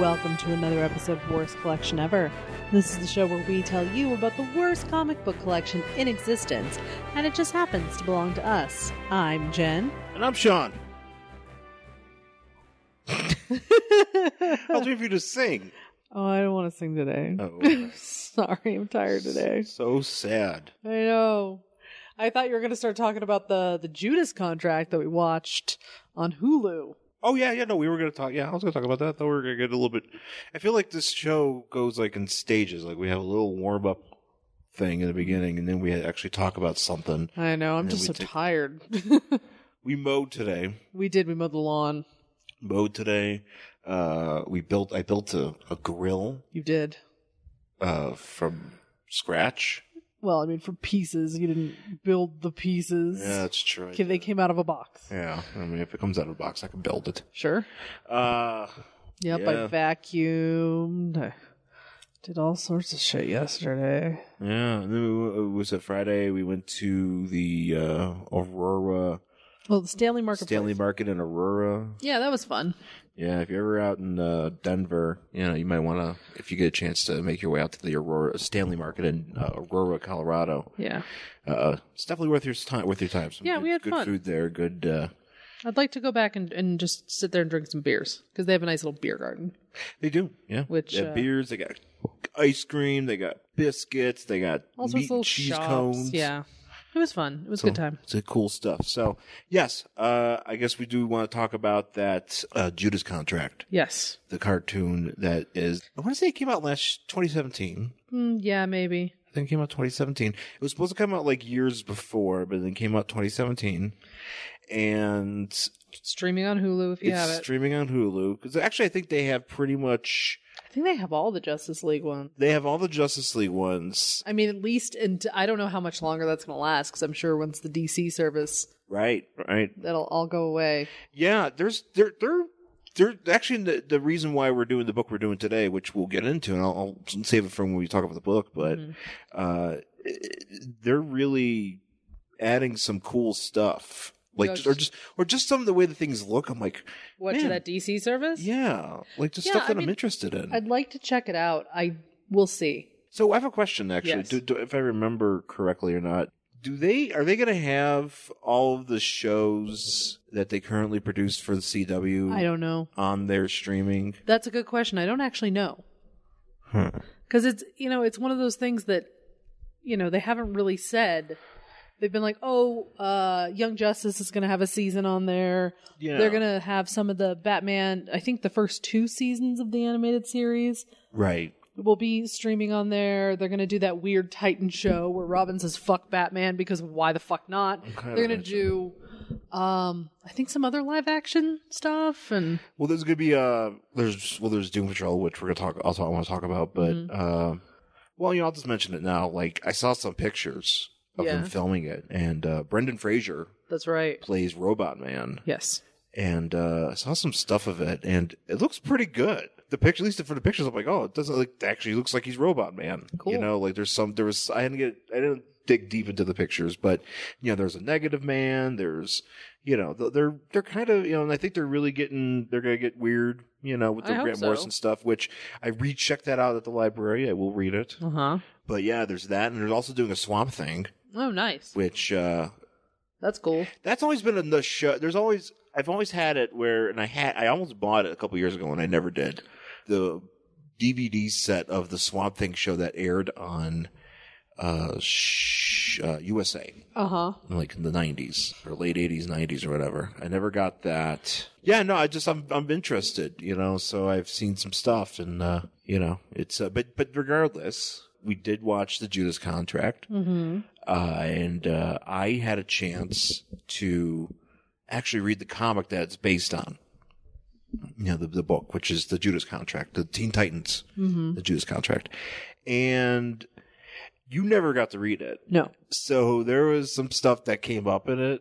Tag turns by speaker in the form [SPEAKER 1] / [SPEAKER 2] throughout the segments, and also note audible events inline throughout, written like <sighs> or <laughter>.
[SPEAKER 1] Welcome to another episode of Worst Collection Ever. This is the show where we tell you about the worst comic book collection in existence, and it just happens to belong to us. I'm <laughs> Jen.
[SPEAKER 2] And I'm Sean. I was waiting for you to sing.
[SPEAKER 1] Oh, I don't want to sing today.
[SPEAKER 2] <laughs> Oh.
[SPEAKER 1] <laughs> Sorry, I'm tired today.
[SPEAKER 2] So sad.
[SPEAKER 1] I know. I thought you were going to start talking about the the Judas contract that we watched on Hulu.
[SPEAKER 2] Oh yeah, yeah. No, we were gonna talk. Yeah, I was gonna talk about that. Though we were gonna get a little bit. I feel like this show goes like in stages. Like we have a little warm up thing in the beginning, and then we actually talk about something.
[SPEAKER 1] I know. I'm
[SPEAKER 2] And
[SPEAKER 1] just
[SPEAKER 2] we
[SPEAKER 1] so
[SPEAKER 2] take-
[SPEAKER 1] tired. <laughs>
[SPEAKER 2] We mowed today.
[SPEAKER 1] we did. We mowed the lawn.
[SPEAKER 2] Mowed today. Uh, we built. I built a, a grill
[SPEAKER 1] You did.
[SPEAKER 2] uh, from scratch.
[SPEAKER 1] Well, I mean, for pieces. You didn't build the pieces.
[SPEAKER 2] Yeah, that's true.
[SPEAKER 1] Okay, They came out of a box.
[SPEAKER 2] Yeah, I mean, if it comes out of the box, I can build it.
[SPEAKER 1] Sure.
[SPEAKER 2] Uh,
[SPEAKER 1] Yep, I
[SPEAKER 2] Yeah.
[SPEAKER 1] vacuumed. I did all sorts of shit yesterday.
[SPEAKER 2] Yeah, and then we, it was a Friday. We went to the uh, Aurora
[SPEAKER 1] Well, the Stanley Marketplace.
[SPEAKER 2] Stanley Market in Aurora.
[SPEAKER 1] yeah, that was fun.
[SPEAKER 2] Yeah, if you're ever out in uh, Denver, you know you might want to, if you get a chance to make your way out to the Aurora Stanley Market in uh, Aurora, Colorado.
[SPEAKER 1] Yeah.
[SPEAKER 2] Uh, it's definitely worth your time. Worth your time. Some
[SPEAKER 1] Yeah,
[SPEAKER 2] good,
[SPEAKER 1] we had
[SPEAKER 2] good
[SPEAKER 1] fun.
[SPEAKER 2] food there. Good. Uh,
[SPEAKER 1] I'd like to go back and, and just sit there and drink some beers because they have a nice little beer garden.
[SPEAKER 2] they do. Yeah.
[SPEAKER 1] Which,
[SPEAKER 2] they have
[SPEAKER 1] uh,
[SPEAKER 2] beers? They got ice cream. They got biscuits. They got
[SPEAKER 1] All sorts
[SPEAKER 2] meat and
[SPEAKER 1] of little
[SPEAKER 2] cheese
[SPEAKER 1] shops.
[SPEAKER 2] cones.
[SPEAKER 1] Yeah. It was fun. It was a good time.
[SPEAKER 2] It's a cool stuff. So, yes, uh, I guess we do want to talk about that uh, Judas Contract,
[SPEAKER 1] Yes.
[SPEAKER 2] the cartoon that is. I want to say it came out last 2017.
[SPEAKER 1] Mm, yeah, maybe.
[SPEAKER 2] I think it came out 2017. It was supposed to come out like years before, but then it came out 2017, and
[SPEAKER 1] Streaming on Hulu if you have
[SPEAKER 2] it's
[SPEAKER 1] it.
[SPEAKER 2] streaming on Hulu. Because actually, I think they have pretty much
[SPEAKER 1] I think they have all the Justice League ones.
[SPEAKER 2] they have all the Justice League ones,
[SPEAKER 1] I mean, at least, and I don't know how much longer that's going to last because I'm sure once the DC service,
[SPEAKER 2] right? Right.
[SPEAKER 1] that'll all go away.
[SPEAKER 2] Yeah, there's there there there actually the the reason why we're doing the book we're doing today, which we'll get into, and I'll, I'll save it for when we talk about the book. But
[SPEAKER 1] Mhm.
[SPEAKER 2] uh, they're really adding some cool stuff, like
[SPEAKER 1] Yeah,
[SPEAKER 2] just, or just or just some of the way the things look. I'm like,
[SPEAKER 1] What,
[SPEAKER 2] Man.
[SPEAKER 1] to that DC service?
[SPEAKER 2] yeah, like just
[SPEAKER 1] Yeah,
[SPEAKER 2] stuff
[SPEAKER 1] I
[SPEAKER 2] that I
[SPEAKER 1] mean,
[SPEAKER 2] am interested in.
[SPEAKER 1] I'd like to check it out. I will see.
[SPEAKER 2] so I have a question actually,
[SPEAKER 1] Yes.
[SPEAKER 2] do, do, if I remember correctly or not. Do they are they going to have all of the shows that they currently produce for the
[SPEAKER 1] I
[SPEAKER 2] CW
[SPEAKER 1] don't know.
[SPEAKER 2] on their streaming?
[SPEAKER 1] That's a good question. I don't actually know
[SPEAKER 2] Huh.
[SPEAKER 1] because it's you know it's one of those things that you know they haven't really said. They've been like, oh, uh, Young Justice is going to have a season on there.
[SPEAKER 2] Yeah.
[SPEAKER 1] They're going to have some of the Batman. I think the first two seasons of the animated series
[SPEAKER 2] Right.
[SPEAKER 1] will be streaming on there. They're going to do that weird Titan show where Robin says "fuck Batman" because why the fuck not?
[SPEAKER 2] kinda
[SPEAKER 1] They're going to do, um, I think some other live action stuff and
[SPEAKER 2] Well, there's gonna be uh, there's well, there's Doom Patrol, which we're gonna talk. Also, I want to talk about, but
[SPEAKER 1] Mm-hmm.
[SPEAKER 2] uh, well, you know, I'll just mention it now. Like, I saw some pictures of
[SPEAKER 1] Yeah.
[SPEAKER 2] them filming it, and uh, Brendan Fraser
[SPEAKER 1] that's right.
[SPEAKER 2] plays Robot Man,
[SPEAKER 1] Yes.
[SPEAKER 2] and uh, I saw some stuff of it, and it looks pretty good. The picture, at least for the pictures, I'm like, oh, it doesn't like actually looks like he's Robot Man.
[SPEAKER 1] Cool.
[SPEAKER 2] You know, like there's some there was I didn't get I didn't dig deep into the pictures, but you know, there's a Negative Man. There's you know th- they're they're kind of you know, and I think they're really getting they're gonna get weird. You know, with the
[SPEAKER 1] I hope
[SPEAKER 2] Grant
[SPEAKER 1] so.
[SPEAKER 2] Morrison stuff, which I rechecked that out at the library. I will read it.
[SPEAKER 1] Uh huh.
[SPEAKER 2] But yeah, there's that, and they're also doing a Swamp Thing,
[SPEAKER 1] Oh, nice.
[SPEAKER 2] which uh,
[SPEAKER 1] That's cool.
[SPEAKER 2] that's always been in the show. There's always I've always had it where, and I had I almost bought it a couple years ago and I never did. The DVD set of the Swamp Thing show that aired on uh, sh- uh USA
[SPEAKER 1] Uh huh.
[SPEAKER 2] in like in the 90s or late 80s 90s or whatever i never got that yeah no i just i'm i'm interested you know so i've seen some stuff and uh you know it's uh, but but regardless we did watch the judas contract
[SPEAKER 1] Mm-hmm.
[SPEAKER 2] uh, and uh, I had a chance to actually read the comic that it's based on. You know, the, the book, which is the Judas Contract, the Teen Titans,
[SPEAKER 1] Mm-hmm.
[SPEAKER 2] the Judas Contract, and you never got to read it.
[SPEAKER 1] No.
[SPEAKER 2] So there was some stuff that came up in it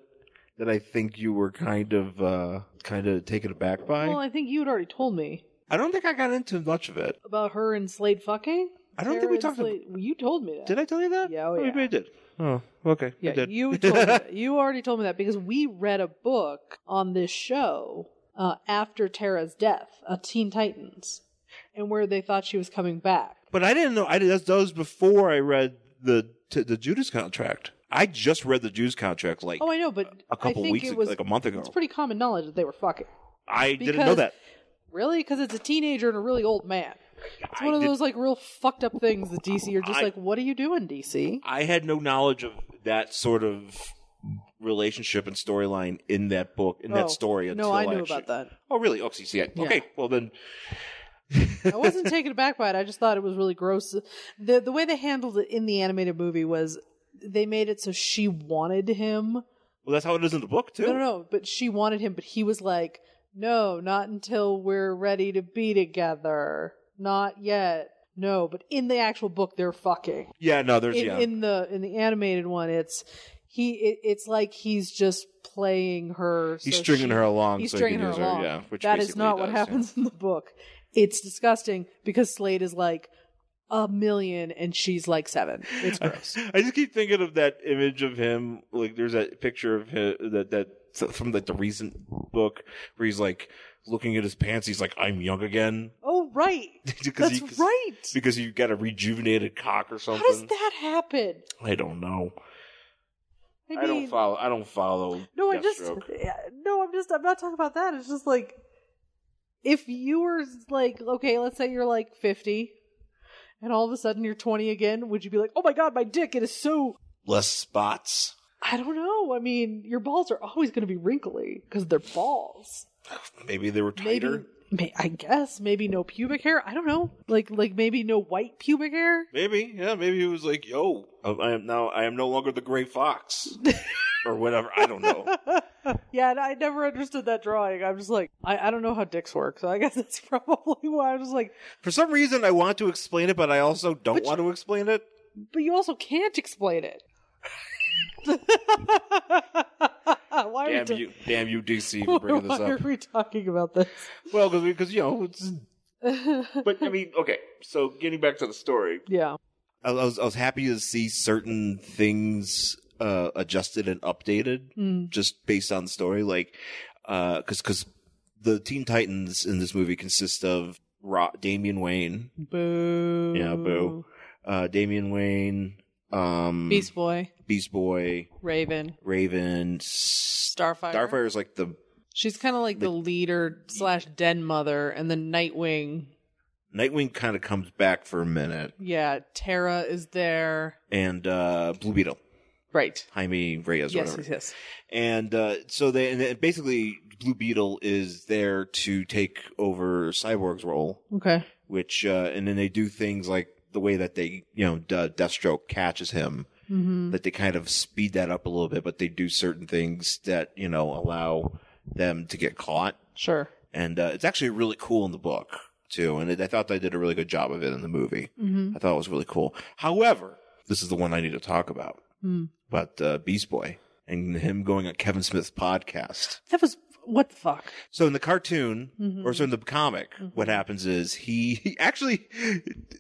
[SPEAKER 2] that I think you were kind of uh, kind of taken aback by.
[SPEAKER 1] Well, I think you had already told me
[SPEAKER 2] I don't think I got into much of it.
[SPEAKER 1] about her and Slade fucking.
[SPEAKER 2] I don't think
[SPEAKER 1] Sarah
[SPEAKER 2] we
[SPEAKER 1] and
[SPEAKER 2] talked
[SPEAKER 1] Slade- Well, you told me that.
[SPEAKER 2] Did I tell you that?
[SPEAKER 1] Yeah, oh
[SPEAKER 2] oh,
[SPEAKER 1] yeah.
[SPEAKER 2] maybe I did. Oh, okay. I
[SPEAKER 1] Yeah,
[SPEAKER 2] did.
[SPEAKER 1] you told me
[SPEAKER 2] <laughs>
[SPEAKER 1] that. you already told me that because we read a book on this show uh, after Tara's death, uh, Teen Titans. and where they thought she was coming back.
[SPEAKER 2] But I didn't know. I that's, that was before I read the t- the Judas contract. I just read the Judas contract like
[SPEAKER 1] Oh, I know, but
[SPEAKER 2] a
[SPEAKER 1] I
[SPEAKER 2] couple
[SPEAKER 1] think
[SPEAKER 2] weeks,
[SPEAKER 1] it
[SPEAKER 2] ago,
[SPEAKER 1] was
[SPEAKER 2] like a month ago.
[SPEAKER 1] It's pretty common knowledge that they were fucking.
[SPEAKER 2] I didn't know
[SPEAKER 1] because-
[SPEAKER 2] that.
[SPEAKER 1] Really? Because it's a teenager and a really old man. It's
[SPEAKER 2] I
[SPEAKER 1] one of
[SPEAKER 2] did-
[SPEAKER 1] those like real fucked up things that DC are just
[SPEAKER 2] I-
[SPEAKER 1] like, what are you doing, DC?
[SPEAKER 2] I had no knowledge of that sort of relationship and storyline in that book in
[SPEAKER 1] Oh,
[SPEAKER 2] that story. Until
[SPEAKER 1] No, I knew
[SPEAKER 2] actually-
[SPEAKER 1] about that.
[SPEAKER 2] Oh, really? Oh, see, see, I-
[SPEAKER 1] Yeah.
[SPEAKER 2] okay. Well, then
[SPEAKER 1] I wasn't taken aback by it. I just thought it was really gross. the The way they handled it in the animated movie was they made it so she wanted him.
[SPEAKER 2] Well, that's how it is in the book too.
[SPEAKER 1] No, no, no. But she wanted him, but he was like, "No, not until we're ready to be together. Not yet. No." But in the actual book, they're fucking.
[SPEAKER 2] Yeah, no, there's
[SPEAKER 1] in,
[SPEAKER 2] yeah.
[SPEAKER 1] in the in the animated one, it's he. It, it's like he's just playing her.
[SPEAKER 2] he's
[SPEAKER 1] so
[SPEAKER 2] stringing
[SPEAKER 1] she-
[SPEAKER 2] her along.
[SPEAKER 1] He's
[SPEAKER 2] so
[SPEAKER 1] stringing
[SPEAKER 2] he
[SPEAKER 1] her
[SPEAKER 2] can use
[SPEAKER 1] along.
[SPEAKER 2] Yeah, which
[SPEAKER 1] that is
[SPEAKER 2] basically
[SPEAKER 1] not
[SPEAKER 2] he
[SPEAKER 1] what
[SPEAKER 2] does, yeah.
[SPEAKER 1] happens in the book. It's disgusting because Slade is like a million and she's like seven.
[SPEAKER 2] <laughs>
[SPEAKER 1] It's gross.
[SPEAKER 2] I just keep thinking of that image of him. Like, there's that picture of him that that from like the recent book where he's like looking at his pants. He's like, "I'm young again," <laughs>
[SPEAKER 1] oh right,
[SPEAKER 2] because
[SPEAKER 1] that's
[SPEAKER 2] he, 'cause-
[SPEAKER 1] right.
[SPEAKER 2] Because you got a rejuvenated cock or
[SPEAKER 1] How
[SPEAKER 2] something.
[SPEAKER 1] does that happen?
[SPEAKER 2] I don't know.
[SPEAKER 1] I,
[SPEAKER 2] I don't follow. I don't follow.
[SPEAKER 1] No, I just
[SPEAKER 2] Deathstroke.
[SPEAKER 1] yeah, no, I'm just I'm not talking about that. It's just like if you were like okay, let's say you're like 50 and all of a sudden you're 20 again, would you be like, "Oh my god, my dick it is so
[SPEAKER 2] less spots.
[SPEAKER 1] I don't know. I mean, your balls are always going to be wrinkly cuz they're balls.
[SPEAKER 2] Maybe they were tighter.
[SPEAKER 1] Maybe may, I guess maybe no pubic hair. I don't know. Like like maybe no white pubic hair. <laughs>
[SPEAKER 2] Maybe, yeah, maybe he was like, "Yo, um, I am now, I am no longer the
[SPEAKER 1] <laughs>
[SPEAKER 2] gray fox, or whatever." I don't know.
[SPEAKER 1] yeah, and I never understood that drawing. I'm just like, I, I don't know how dicks work, so I guess <laughs> that's probably why I was like,
[SPEAKER 2] For some reason, I want to explain it, but I also don't
[SPEAKER 1] But
[SPEAKER 2] want to explain it.
[SPEAKER 1] but you also can't explain it. <laughs> why are we
[SPEAKER 2] Damn
[SPEAKER 1] ta-
[SPEAKER 2] you, damn you, DC, for
[SPEAKER 1] <laughs>
[SPEAKER 2] bringing
[SPEAKER 1] why
[SPEAKER 2] this
[SPEAKER 1] are
[SPEAKER 2] up.
[SPEAKER 1] we talking about this? <laughs>
[SPEAKER 2] Well, because you know, it's, but I mean, okay. So getting back to the story,
[SPEAKER 1] yeah.
[SPEAKER 2] I, I was I was happy to see certain things uh, adjusted and updated
[SPEAKER 1] Mm.
[SPEAKER 2] just based on the story, like because because the Teen Titans in this movie consist of Ro- Damian Wayne,
[SPEAKER 1] Boo.
[SPEAKER 2] Yeah, boo. uh, Damian Wayne, um,
[SPEAKER 1] Beast Boy,
[SPEAKER 2] Beast Boy,
[SPEAKER 1] Raven,
[SPEAKER 2] Raven, S-
[SPEAKER 1] Starfire.
[SPEAKER 2] Starfire is like the
[SPEAKER 1] She's kind of like the, leader slash den mother, and the Nightwing.
[SPEAKER 2] Nightwing kind of comes back for a minute,
[SPEAKER 1] Yeah, Tara is there.
[SPEAKER 2] and uh, Blue Beetle,
[SPEAKER 1] Right.
[SPEAKER 2] Jaime Reyes,
[SPEAKER 1] Yes,
[SPEAKER 2] whatever.
[SPEAKER 1] yes, yes.
[SPEAKER 2] And uh, so they and then basically Blue Beetle is there to take over Cyborg's role,
[SPEAKER 1] Okay.
[SPEAKER 2] which uh, and then they do things like the way that they you know De- Deathstroke catches him.
[SPEAKER 1] Mm-hmm.
[SPEAKER 2] that they kind of speed that up a little bit, but they do certain things that you know allow them to get caught,
[SPEAKER 1] Sure.
[SPEAKER 2] and uh, it's actually really cool in the book too. And it, I thought they did a really good job of it in the movie.
[SPEAKER 1] Mm-hmm.
[SPEAKER 2] I thought it was really cool. However, this is the one I need to talk about,
[SPEAKER 1] Mm.
[SPEAKER 2] but uh, Beast Boy and him going on Kevin Smith's podcast.
[SPEAKER 1] That was what the fuck.
[SPEAKER 2] So in the cartoon,
[SPEAKER 1] Mhm.
[SPEAKER 2] or so in the comic, what happens is he, he actually,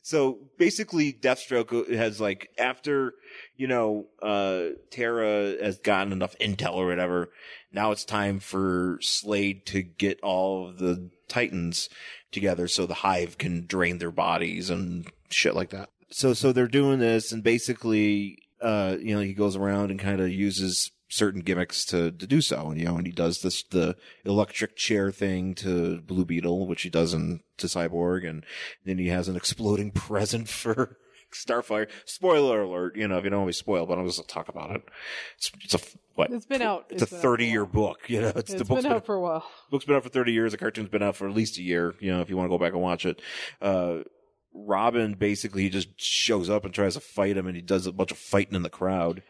[SPEAKER 2] so basically Deathstroke has like, after, you know, uh, Terra has gotten enough intel or whatever, now it's time for Slade to get all of the Titans together so the hive can drain their bodies and shit like that. So, so they're doing this and basically, uh, you know, he goes around and kind of uses certain gimmicks to, to do so. And, you know, and he does this, the electric chair thing to Blue Beetle, which he does in, to Cyborg. And then he has an exploding <laughs> present for Starfire. Spoiler alert. You know, if you don't always spoil, but I'm just going to talk about it. It's, it's a, what?
[SPEAKER 1] It's been out.
[SPEAKER 2] It's, a
[SPEAKER 1] been out for
[SPEAKER 2] 30 year
[SPEAKER 1] while.
[SPEAKER 2] book. You know, it's, the
[SPEAKER 1] It's
[SPEAKER 2] book's
[SPEAKER 1] been out for a while.
[SPEAKER 2] book's been out for 30 years. The cartoon's been out for at least a year. You know, if you want to go back and watch it, uh, Robin basically just shows up and tries to fight him and he does a bunch of fighting in the crowd,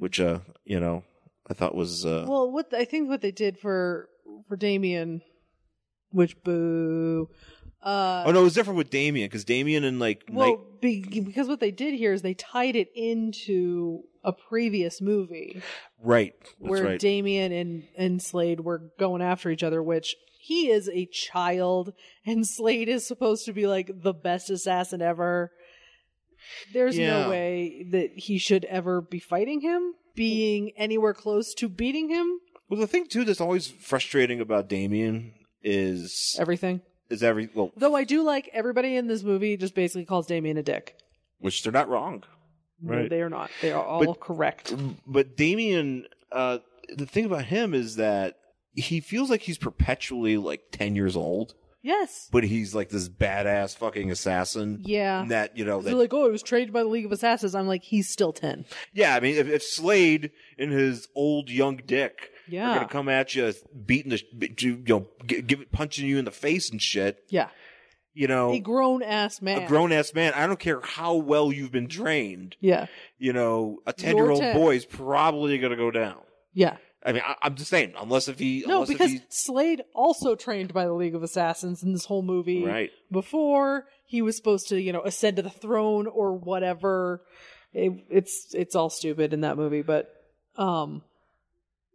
[SPEAKER 2] which, uh, you know, I thought was, uh,
[SPEAKER 1] Well, what I think what they did for for Damien, which boo. Uh,
[SPEAKER 2] oh no, it was different with Damien because Damien and like,
[SPEAKER 1] well,
[SPEAKER 2] Night-
[SPEAKER 1] be, because what they did here is they tied it into a previous movie
[SPEAKER 2] right. That's
[SPEAKER 1] where
[SPEAKER 2] right.
[SPEAKER 1] Damien and and Slade were going after each other, which. He is a child, and Slade is supposed to be like the best assassin ever. There's
[SPEAKER 2] Yeah.
[SPEAKER 1] no way that he should ever be fighting him, being anywhere close to beating him.
[SPEAKER 2] well, the thing too that's always frustrating about Damien is
[SPEAKER 1] Everything.
[SPEAKER 2] is every well,
[SPEAKER 1] Though I do like everybody in this movie just basically calls Damien a dick.
[SPEAKER 2] which they're not wrong.
[SPEAKER 1] No,
[SPEAKER 3] Right.
[SPEAKER 1] they are not. They are all
[SPEAKER 2] But-
[SPEAKER 1] correct.
[SPEAKER 2] But Damien, uh, the thing about him is that he feels like he's perpetually like ten years old,
[SPEAKER 1] Yes.
[SPEAKER 2] but he's like this badass fucking assassin.
[SPEAKER 1] Yeah.
[SPEAKER 2] That you know
[SPEAKER 1] They're
[SPEAKER 2] that
[SPEAKER 1] like, oh, he was trained by the League of Assassins. I'm like, he's still ten.
[SPEAKER 2] Yeah, I mean, if, if Slade and his old young dick
[SPEAKER 1] Yeah.
[SPEAKER 2] are gonna come at you, beating the, sh- beat you you know, gi- give it, punching you in the face and shit,
[SPEAKER 1] Yeah,
[SPEAKER 2] you know,
[SPEAKER 1] a grown ass man.
[SPEAKER 2] a grown ass man. I don't care how well you've been trained,
[SPEAKER 1] Yeah,
[SPEAKER 2] you know, a ten year old
[SPEAKER 1] ten.
[SPEAKER 2] boy's probably gonna go down.
[SPEAKER 1] yeah.
[SPEAKER 2] I mean, I, I'm just saying, unless if he,
[SPEAKER 1] No,
[SPEAKER 2] unless
[SPEAKER 1] because
[SPEAKER 2] if
[SPEAKER 1] Slade also trained by the League of Assassins in this whole movie.
[SPEAKER 2] he, right,
[SPEAKER 1] Before he was supposed to, you know, ascend to the throne or whatever. It, it's it's all stupid in that movie, but um,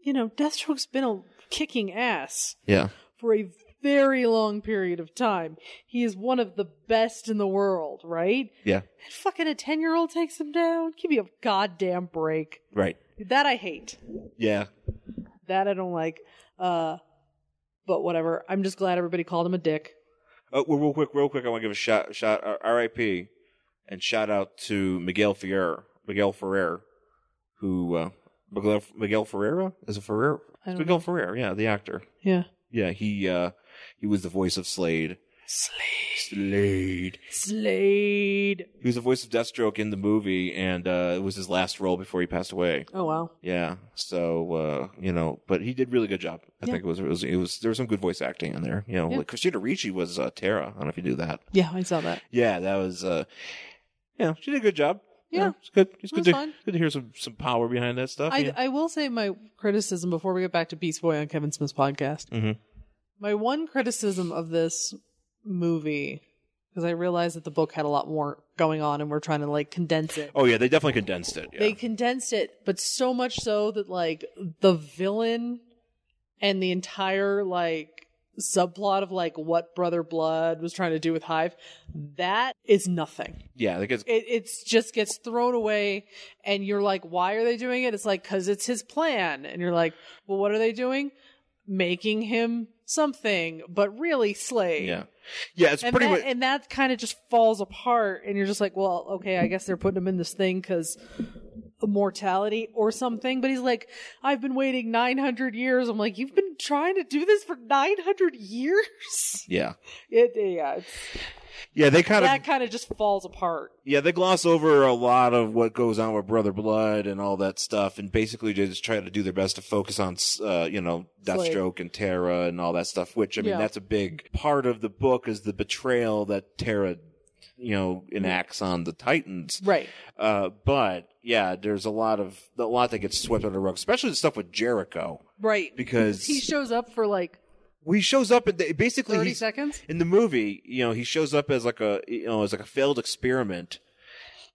[SPEAKER 1] you know, Deathstroke's been a kicking ass
[SPEAKER 2] yeah,
[SPEAKER 1] for a very long period of time. He is one of the best in the world, right?
[SPEAKER 2] yeah,
[SPEAKER 1] And fucking a ten year old takes him down. Give me a goddamn break.
[SPEAKER 2] right,
[SPEAKER 1] That I hate.
[SPEAKER 2] yeah,
[SPEAKER 1] That I don't like. Uh, but whatever. I'm just glad everybody called him a dick.
[SPEAKER 2] Oh, well, real quick, real quick, I want to give a shout, shout, uh, R.I.P. and shout out to Miguel Ferrer, Miguel Ferrer, who uh, Miguel, Miguel Ferreira is it Ferrer?
[SPEAKER 1] I
[SPEAKER 2] It's
[SPEAKER 1] don't
[SPEAKER 2] Miguel Ferrer, yeah, the actor.
[SPEAKER 1] Yeah.
[SPEAKER 2] Yeah, he uh, he was the voice of Slade.
[SPEAKER 1] Slade.
[SPEAKER 2] Slade.
[SPEAKER 1] Slade.
[SPEAKER 2] He was the voice of Deathstroke in the movie, and uh, it was his last role before he passed away.
[SPEAKER 1] Oh wow.
[SPEAKER 2] Yeah, so uh, you know, but he did really good job. I
[SPEAKER 1] Yeah.
[SPEAKER 2] think it was, it was it was there was some good voice acting in there. You know,
[SPEAKER 1] Yeah.
[SPEAKER 2] like Christina Ricci was uh, Tara. I don't know if you knew that.
[SPEAKER 1] Yeah, I saw that.
[SPEAKER 2] Yeah, that was uh yeah, she did a good job.
[SPEAKER 1] Yeah.
[SPEAKER 2] it's good.
[SPEAKER 1] It was
[SPEAKER 2] It's good to
[SPEAKER 1] fine.
[SPEAKER 2] good to hear some some power behind that stuff.
[SPEAKER 1] I,
[SPEAKER 2] yeah.
[SPEAKER 1] I will say my criticism before we get back to Beast Boy on Kevin Smith's podcast.
[SPEAKER 2] Mhm.
[SPEAKER 1] My one criticism of this movie, because I realized that the book had a lot more going on and we're trying to like condense it.
[SPEAKER 2] oh yeah, they definitely condensed it. Yeah.
[SPEAKER 1] They condensed it, but so much so that like the villain and the entire like subplot of like what Brother Blood was trying to do with Hive, that is nothing.
[SPEAKER 2] yeah, like it's
[SPEAKER 1] It it's just gets thrown away, and you're like, why are they doing it? It's like because it's his plan, and you're like, well, what are they doing? Making him something, but really Slade.
[SPEAKER 2] yeah. Yeah, it's
[SPEAKER 1] And
[SPEAKER 2] pretty
[SPEAKER 1] that,
[SPEAKER 2] much
[SPEAKER 1] and that kind of just falls apart, and you're just like, well, okay, I guess they're putting him in this thing because mortality or something. But he's like, I've been waiting 900 years. I'm like, you've been trying to do this for 900 years? <laughs>
[SPEAKER 2] yeah.
[SPEAKER 1] It, yeah, it's,
[SPEAKER 2] Yeah, they kind
[SPEAKER 1] that
[SPEAKER 2] of
[SPEAKER 1] kind of just falls apart.
[SPEAKER 2] yeah, they gloss over a lot of what goes on with Brother Blood and all that stuff and basically they just try to do their best to focus on uh, you know,
[SPEAKER 1] Slade.
[SPEAKER 2] Deathstroke and Terra and all that stuff, which I mean
[SPEAKER 1] Yeah.
[SPEAKER 2] that's a big part of the book is the betrayal that Terra you know, enacts on the Titans.
[SPEAKER 1] Right.
[SPEAKER 2] Uh, but yeah, there's a lot of a lot that gets swept under the rug, especially the stuff with Jericho
[SPEAKER 1] Right.
[SPEAKER 2] because
[SPEAKER 1] he shows up for like
[SPEAKER 2] well, he shows up and they- basically
[SPEAKER 1] 30
[SPEAKER 2] he's-
[SPEAKER 1] seconds.
[SPEAKER 2] in the movie. You know, he shows up as like a you know as like a failed experiment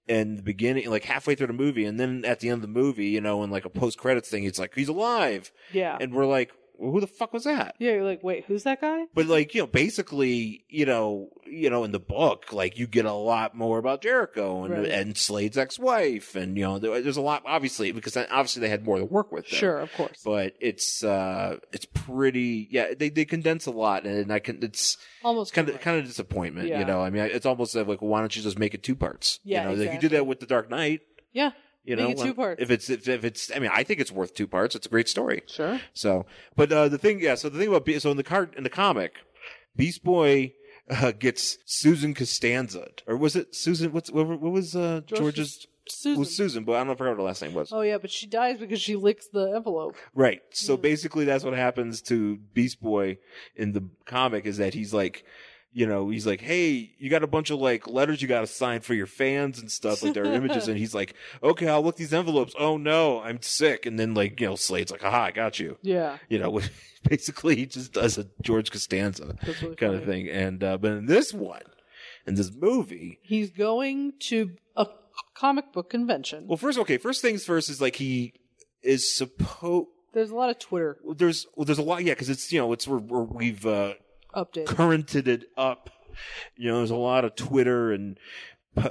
[SPEAKER 2] in the beginning, like halfway through the movie, and then at the end of the movie, you know, in like a post credits thing, it's like he's alive,
[SPEAKER 1] Yeah.
[SPEAKER 2] and we're like, well, who the fuck was that?
[SPEAKER 1] yeah, you're like, wait, who's that guy?
[SPEAKER 2] But like you know, basically, you know, you know, in the book, like you get a lot more about Jericho and
[SPEAKER 1] Right.
[SPEAKER 2] and Slade's ex-wife, and you know, there- there's a lot obviously because then obviously they had more to work with. there.
[SPEAKER 1] Sure, of course.
[SPEAKER 2] but it's uh, it's pretty, yeah, they they condense a lot, and I can, it's it's
[SPEAKER 1] Almost
[SPEAKER 2] kind of
[SPEAKER 1] correct.
[SPEAKER 2] kind of disappointment,
[SPEAKER 1] Yeah.
[SPEAKER 2] you know. I mean, it's almost like why don't you just make it two parts?
[SPEAKER 1] Yeah,
[SPEAKER 2] you know, like you
[SPEAKER 1] exactly.
[SPEAKER 2] did that with the Dark Knight.
[SPEAKER 1] Yeah.
[SPEAKER 2] You
[SPEAKER 1] Make
[SPEAKER 2] know,
[SPEAKER 1] it two parts.
[SPEAKER 2] If it's if, if it's, I mean, I think it's worth two parts. It's a great story.
[SPEAKER 1] Sure.
[SPEAKER 2] So, but uh, the thing, yeah. So the thing about Be- so in the card in the comic, Beast Boy uh, gets Susan Costanza, or was it Susan? What's what, what was uh, George's?
[SPEAKER 1] Susan.
[SPEAKER 2] Was Susan, but I don't know if I forgot what her last name was.
[SPEAKER 1] oh yeah, but she dies because she licks the envelope.
[SPEAKER 2] Right. So basically, that's what happens to Beast Boy in the comic is that he's like, you know, he's like, hey, you got a bunch of like letters you got to sign for your fans and stuff, like their
[SPEAKER 1] <laughs>
[SPEAKER 2] images. And he's like, okay, I'll look these envelopes. Oh no, I'm sick. And then like, you know, Slade's like, aha, I got you.
[SPEAKER 1] Yeah.
[SPEAKER 2] You know, <laughs> basically he just does a George Costanza
[SPEAKER 1] That's really
[SPEAKER 2] kind of
[SPEAKER 1] funny.
[SPEAKER 2] thing. And, uh, but in this one, in this movie,
[SPEAKER 1] He's going to a comic book convention.
[SPEAKER 2] well, first, okay, first things first is like he is supposed,
[SPEAKER 1] There's a lot of Twitter
[SPEAKER 2] there's, well, there's a lot, yeah, cause it's, you know, it's where, where we've, uh,
[SPEAKER 1] updates.
[SPEAKER 2] currented it up. You know, there's a lot of Twitter and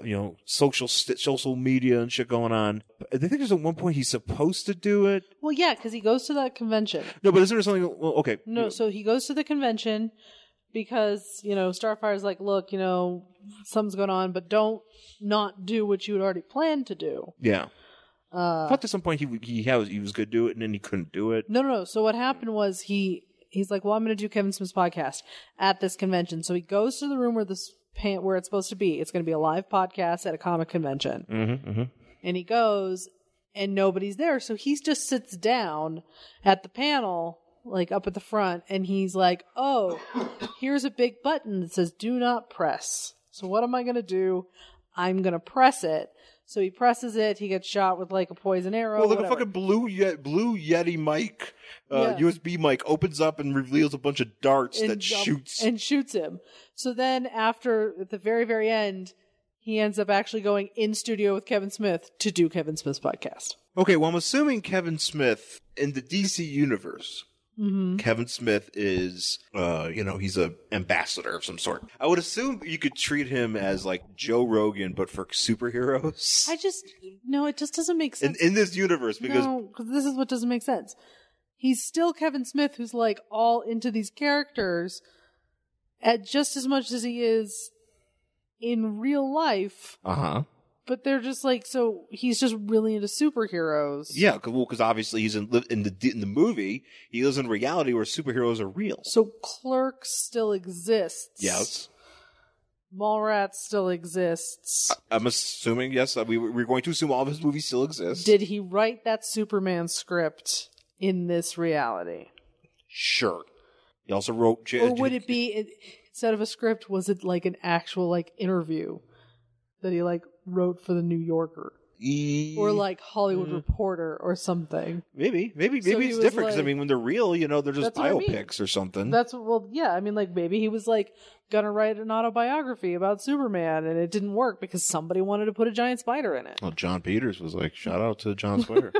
[SPEAKER 2] you know social st- social media and shit going on. I think there's at one point he's supposed to do it.
[SPEAKER 1] Well, yeah, because he goes to that convention.
[SPEAKER 2] No, but isn't there something? Well, okay,
[SPEAKER 1] No, so he goes to the convention. because you know Starfire's like, look, you know, something's going on, but don't not do what you had already planned to do.
[SPEAKER 2] Yeah.
[SPEAKER 1] Uh.
[SPEAKER 2] I thought at some point he w- he was he was good to do it and then he couldn't do it.
[SPEAKER 1] No, no, no. So what happened was he he's like, well, I'm going to do Kevin Smith's podcast at this convention. So he goes to the room where this pan- where it's supposed to be. It's going to be a live podcast at a comic convention,
[SPEAKER 2] Mm-hmm, mm-hmm.
[SPEAKER 1] and he goes, and nobody's there. So he just sits down at the panel. Like up at the front, and he's like, Oh, here's a big button that says do not press. So, what am I going to do? I'm going to press it. So, he presses it. He gets shot with like a poison arrow.
[SPEAKER 2] Well, like
[SPEAKER 1] whatever.
[SPEAKER 2] a fucking blue Yet blue Yeti mic, uh,
[SPEAKER 1] Yeah.
[SPEAKER 2] USB mic opens up and reveals a bunch of darts that
[SPEAKER 1] jump-
[SPEAKER 2] shoots.
[SPEAKER 1] and shoots him. So then after at the very very end, he ends up actually going in studio with Kevin Smith to do Kevin Smith's podcast.
[SPEAKER 2] okay, well, I'm assuming Kevin Smith in the DC universe.
[SPEAKER 1] Mm-hmm.
[SPEAKER 2] Kevin Smith is, uh, you know, he's a ambassador of some sort. I would assume you could treat him as like Joe Rogan, but for superheroes.
[SPEAKER 1] I just no, it just doesn't make
[SPEAKER 2] <laughs> in,
[SPEAKER 1] sense.
[SPEAKER 2] in this universe, because
[SPEAKER 1] no, because this is what doesn't make sense. He's still Kevin Smith, who's like all into these characters, at just as much as he is in real life.
[SPEAKER 2] uh huh,
[SPEAKER 1] But they're just like so. He's just really into superheroes.
[SPEAKER 2] yeah, because obviously he's in li- in the in the movie, he lives in reality where superheroes are real.
[SPEAKER 1] So Clerks still exists.
[SPEAKER 2] Yes.
[SPEAKER 1] Mallrats still exists.
[SPEAKER 2] I'm assuming yes. uh, We we're going to assume all of his movies still exist.
[SPEAKER 1] Did he write that Superman script in this reality?
[SPEAKER 2] sure. He also wrote. J-
[SPEAKER 1] Or would it be instead of a script, was it like an actual like interview that he like wrote for the New Yorker
[SPEAKER 2] E-
[SPEAKER 1] or like Hollywood Reporter or something?
[SPEAKER 2] maybe maybe maybe
[SPEAKER 1] So he
[SPEAKER 2] it's
[SPEAKER 1] was
[SPEAKER 2] different because I
[SPEAKER 1] like-
[SPEAKER 2] mean when they're real, you know, they're just
[SPEAKER 1] That's what I mean.
[SPEAKER 2] biopics or something.
[SPEAKER 1] That's well, yeah. I mean, like maybe he was like gonna write an autobiography about Superman, and it didn't work because somebody wanted to put a giant spider in it.
[SPEAKER 2] well, John Peters was like, shout out to
[SPEAKER 1] <laughs>
[SPEAKER 2] John Sawyer.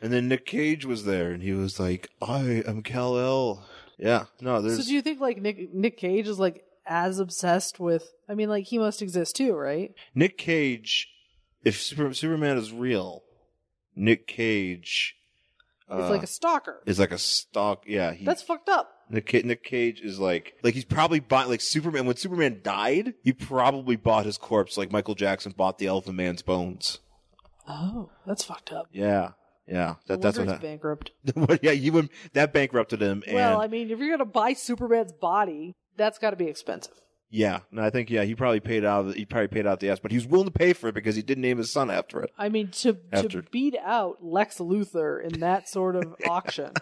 [SPEAKER 2] and then Nick Cage was there, and he was like, I am Cal El. Yeah, no, there's.
[SPEAKER 1] So do you think like Nick Nick Cage is like as obsessed with? I mean, like he must exist too, right?
[SPEAKER 2] Nick Cage, if Super, Superman is real, Nick Cage
[SPEAKER 1] It's
[SPEAKER 2] uh,
[SPEAKER 1] like a stalker.
[SPEAKER 2] is like a stock. Yeah, he,
[SPEAKER 1] That's fucked up.
[SPEAKER 2] Nick, Ca- Nick Cage is like like he's probably bought like Superman when Superman died, he probably bought his corpse like Michael Jackson bought the Elephant Man's bones.
[SPEAKER 1] Oh, that's fucked up.
[SPEAKER 2] Yeah, yeah, that, that's what.
[SPEAKER 1] he's
[SPEAKER 2] That,
[SPEAKER 1] bankrupt.
[SPEAKER 2] what- <laughs> yeah, you would that bankrupted him, and
[SPEAKER 1] well, I mean, if you're gonna buy Superman's body, that's got to be expensive.
[SPEAKER 2] yeah, no, I think yeah, he probably paid out. He probably paid out the ass, but he was willing to pay for it because he didn't name his son after it.
[SPEAKER 1] I mean, to to
[SPEAKER 2] After-
[SPEAKER 1] beat out Lex Luthor in that sort
[SPEAKER 2] <laughs>
[SPEAKER 1] of auction.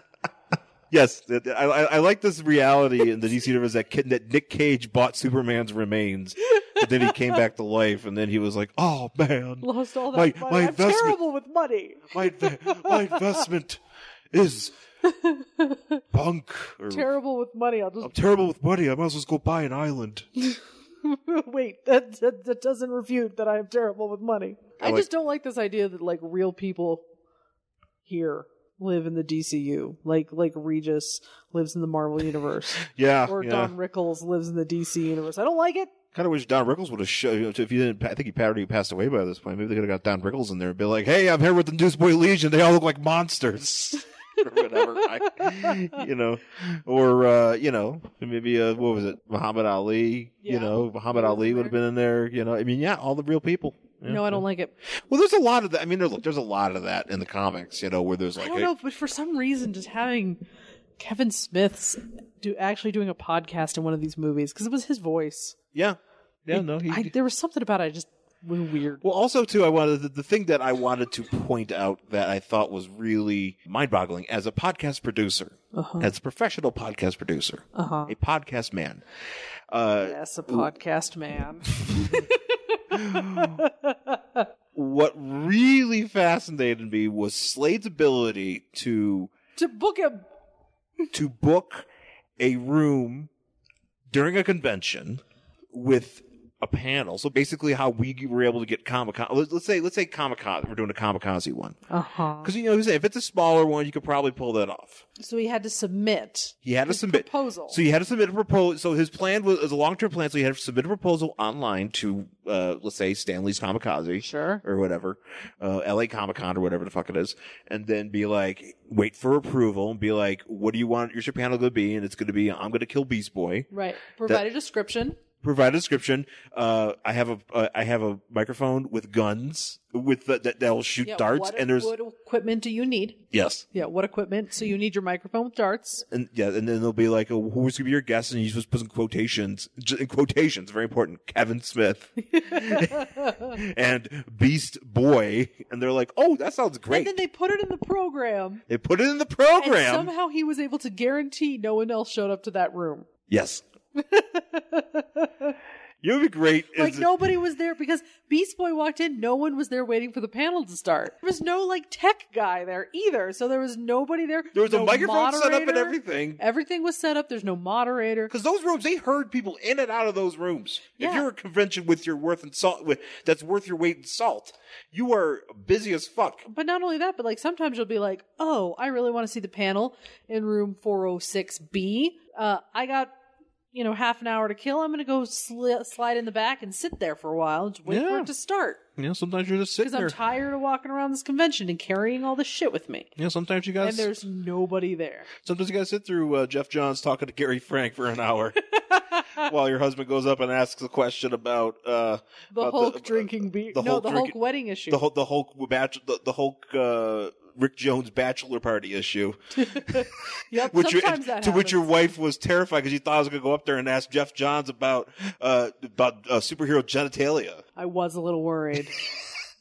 [SPEAKER 2] Yes, th- th- I, I I like this reality in the DC universe that kid, that Nick Cage bought Superman's remains, and then he came back to life, and then he was like, "Oh man,
[SPEAKER 1] Lost all that
[SPEAKER 2] My-
[SPEAKER 1] money.
[SPEAKER 2] my
[SPEAKER 1] I'm
[SPEAKER 2] investment-
[SPEAKER 1] terrible with money.
[SPEAKER 2] my inve- my investment
[SPEAKER 1] <laughs>
[SPEAKER 2] is bunk. Or,
[SPEAKER 1] Terrible with money. I'll
[SPEAKER 2] I'm
[SPEAKER 1] just
[SPEAKER 2] terrible with money. I might as well just go buy
[SPEAKER 1] <laughs>
[SPEAKER 2] an island.
[SPEAKER 1] wait. That, that that doesn't refute that I am terrible with money.
[SPEAKER 2] I
[SPEAKER 1] I,
[SPEAKER 2] like-
[SPEAKER 1] just don't like this idea that like real people here live in the DCU. Like like Regis lives in the Marvel universe.
[SPEAKER 2] Yeah,
[SPEAKER 1] or
[SPEAKER 2] Ah, yeah.
[SPEAKER 1] Don Rickles lives in the DC universe. I don't like it.
[SPEAKER 2] Kind of wish Don Rickles would have showed. You know, if he didn't, I think he already passed away by this point. Maybe they could have got Don Rickles in there and be like, "Hey, I'm here with the Newsboy Legion. They all look like monsters." <laughs> or whatever, I, you know, or uh, you know, maybe uh, what was it, Muhammad Ali? You
[SPEAKER 1] Yeah.
[SPEAKER 2] know, Muhammad
[SPEAKER 1] He was
[SPEAKER 2] Ali
[SPEAKER 1] in
[SPEAKER 2] would have been in there. You know, I mean, yeah, all the real people. Yeah.
[SPEAKER 1] No, I don't like it.
[SPEAKER 2] Well, there's a lot of that. I mean, there, look, there's a lot of that in the comics. You know, where there's
[SPEAKER 1] I
[SPEAKER 2] like,
[SPEAKER 1] don't
[SPEAKER 2] a-
[SPEAKER 1] know, but for some reason, just having Kevin Smith's do actually doing a podcast in one of these movies because it was his voice.
[SPEAKER 2] yeah, yeah, no, he.
[SPEAKER 1] I, there was something about it I just was weird.
[SPEAKER 2] Well, also too, I wanted the, the thing that I wanted to point out that I thought was really mind-boggling as a podcast producer, as a professional podcast producer,
[SPEAKER 1] Uh-huh.
[SPEAKER 2] a podcast man. Uh,
[SPEAKER 1] Yes, a podcast man.
[SPEAKER 2] <laughs> What really fascinated me was Slade's ability to
[SPEAKER 1] to book him.
[SPEAKER 2] to book a room during a convention with a panel. So basically, how we were able to get Comic Con. Let's, let's say let's say Comic Con. We're doing a Kamikaze one
[SPEAKER 1] Uh huh.
[SPEAKER 2] because you know if it's a smaller one, you could probably pull that off.
[SPEAKER 1] So he had to submit
[SPEAKER 2] He had to
[SPEAKER 1] his
[SPEAKER 2] submit.
[SPEAKER 1] proposal.
[SPEAKER 2] So he had to submit a proposal. So his plan was, was a long term plan. So he had to submit a proposal online to, uh, let's say, Stanley's Kamikaze
[SPEAKER 1] sure.
[SPEAKER 2] or whatever, uh, LA Comic Con or whatever the fuck it is, and then be like, wait for approval and be like, what do you want your ship panel to be? And it's going to be, I'm going to kill Beast Boy.
[SPEAKER 1] Right. Provide a description.
[SPEAKER 2] Provide a description. Uh, I have a, uh, I have a microphone with guns with the, that that'll shoot
[SPEAKER 1] Yeah,
[SPEAKER 2] darts.
[SPEAKER 1] what,
[SPEAKER 2] and there's
[SPEAKER 1] what equipment do you need?
[SPEAKER 2] yes,
[SPEAKER 1] Yeah, what equipment? So you need your microphone with darts.
[SPEAKER 2] and yeah, and then there'll be like, oh, who's gonna be your guest? And you just put some quotations, j- in quotations, very important. Kevin
[SPEAKER 1] <laughs>
[SPEAKER 2] Smith and Beast Boy, and they're like, oh, that sounds
[SPEAKER 1] And
[SPEAKER 2] great.
[SPEAKER 1] then they put it in the program.
[SPEAKER 2] They put it in the
[SPEAKER 1] And
[SPEAKER 2] program.
[SPEAKER 1] somehow he was able to guarantee no one else showed up to that room. <laughs>
[SPEAKER 2] yes, you would be great. is
[SPEAKER 1] Like
[SPEAKER 2] it-
[SPEAKER 1] nobody was there because Beast Boy walked in, no one was there waiting for the panel to start. There was no like tech guy there either. So there was nobody there.
[SPEAKER 2] there was
[SPEAKER 1] no
[SPEAKER 2] a microphone set up and
[SPEAKER 1] moderator.
[SPEAKER 2] everything.
[SPEAKER 1] Everything was set up. There's no moderator.
[SPEAKER 2] Because those rooms, they heard people in and out of those rooms. If
[SPEAKER 1] Yeah.
[SPEAKER 2] you're a convention with your worth and salt, with, that's worth your weight in salt, you are busy as fuck.
[SPEAKER 1] But not only that, but like sometimes you'll be like, "Oh, I really want to see the panel in room 406B. Uh, I got, you know, half an hour to kill. I'm going to go sli- slide in the back and sit there for a while and just wait for
[SPEAKER 2] Yeah.
[SPEAKER 1] it to start
[SPEAKER 2] You know, sometimes you're just sitting
[SPEAKER 1] because I'm tired of walking around this convention and carrying all this shit with me.
[SPEAKER 2] you know, sometimes you
[SPEAKER 1] And there's nobody there.
[SPEAKER 2] Sometimes you gotta sit through uh, Jeff Johns talking to Gary Frank for
[SPEAKER 1] <laughs>
[SPEAKER 2] an hour while your husband goes up and asks a question about uh,
[SPEAKER 1] The
[SPEAKER 2] about
[SPEAKER 1] Hulk
[SPEAKER 2] the,
[SPEAKER 1] drinking beer.
[SPEAKER 2] the
[SPEAKER 1] no,
[SPEAKER 2] Hulk
[SPEAKER 1] the
[SPEAKER 2] drinking-
[SPEAKER 1] Hulk wedding issue.
[SPEAKER 2] the Hulk, the Hulk batch, the, the Hulk uh, Rick Jones bachelor party issue,
[SPEAKER 1] <laughs> yep.
[SPEAKER 2] which
[SPEAKER 1] sometimes
[SPEAKER 2] you,
[SPEAKER 1] that
[SPEAKER 2] to which your
[SPEAKER 1] happens.
[SPEAKER 2] wife was terrified because she thought I was gonna go up there and ask Jeff Johns about uh, about uh, superhero genitalia.
[SPEAKER 1] I was a little
[SPEAKER 2] <laughs>
[SPEAKER 1] worried.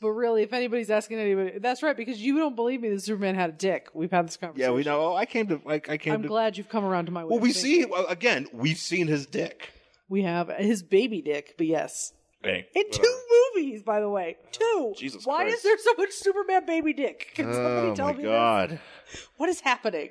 [SPEAKER 1] But really, if anybody's asking anybody, that's right, because you don't believe me that Superman had a dick. We've had this conversation.
[SPEAKER 2] Yeah, we know. Oh, I came to like I came
[SPEAKER 1] I'm
[SPEAKER 2] to.
[SPEAKER 1] glad you've come around to my way.
[SPEAKER 2] well,
[SPEAKER 1] of
[SPEAKER 2] we
[SPEAKER 1] thinking.
[SPEAKER 2] see well, again. We've seen his dick.
[SPEAKER 1] we have his baby dick, but yes,
[SPEAKER 2] Hey,
[SPEAKER 1] in two movies, by the way, two.
[SPEAKER 2] Oh, Jesus
[SPEAKER 1] Why
[SPEAKER 2] Christ.
[SPEAKER 1] is there so much Superman baby dick? Can somebody
[SPEAKER 2] Oh
[SPEAKER 1] tell
[SPEAKER 2] my
[SPEAKER 1] me
[SPEAKER 2] god.
[SPEAKER 1] This? what is happening?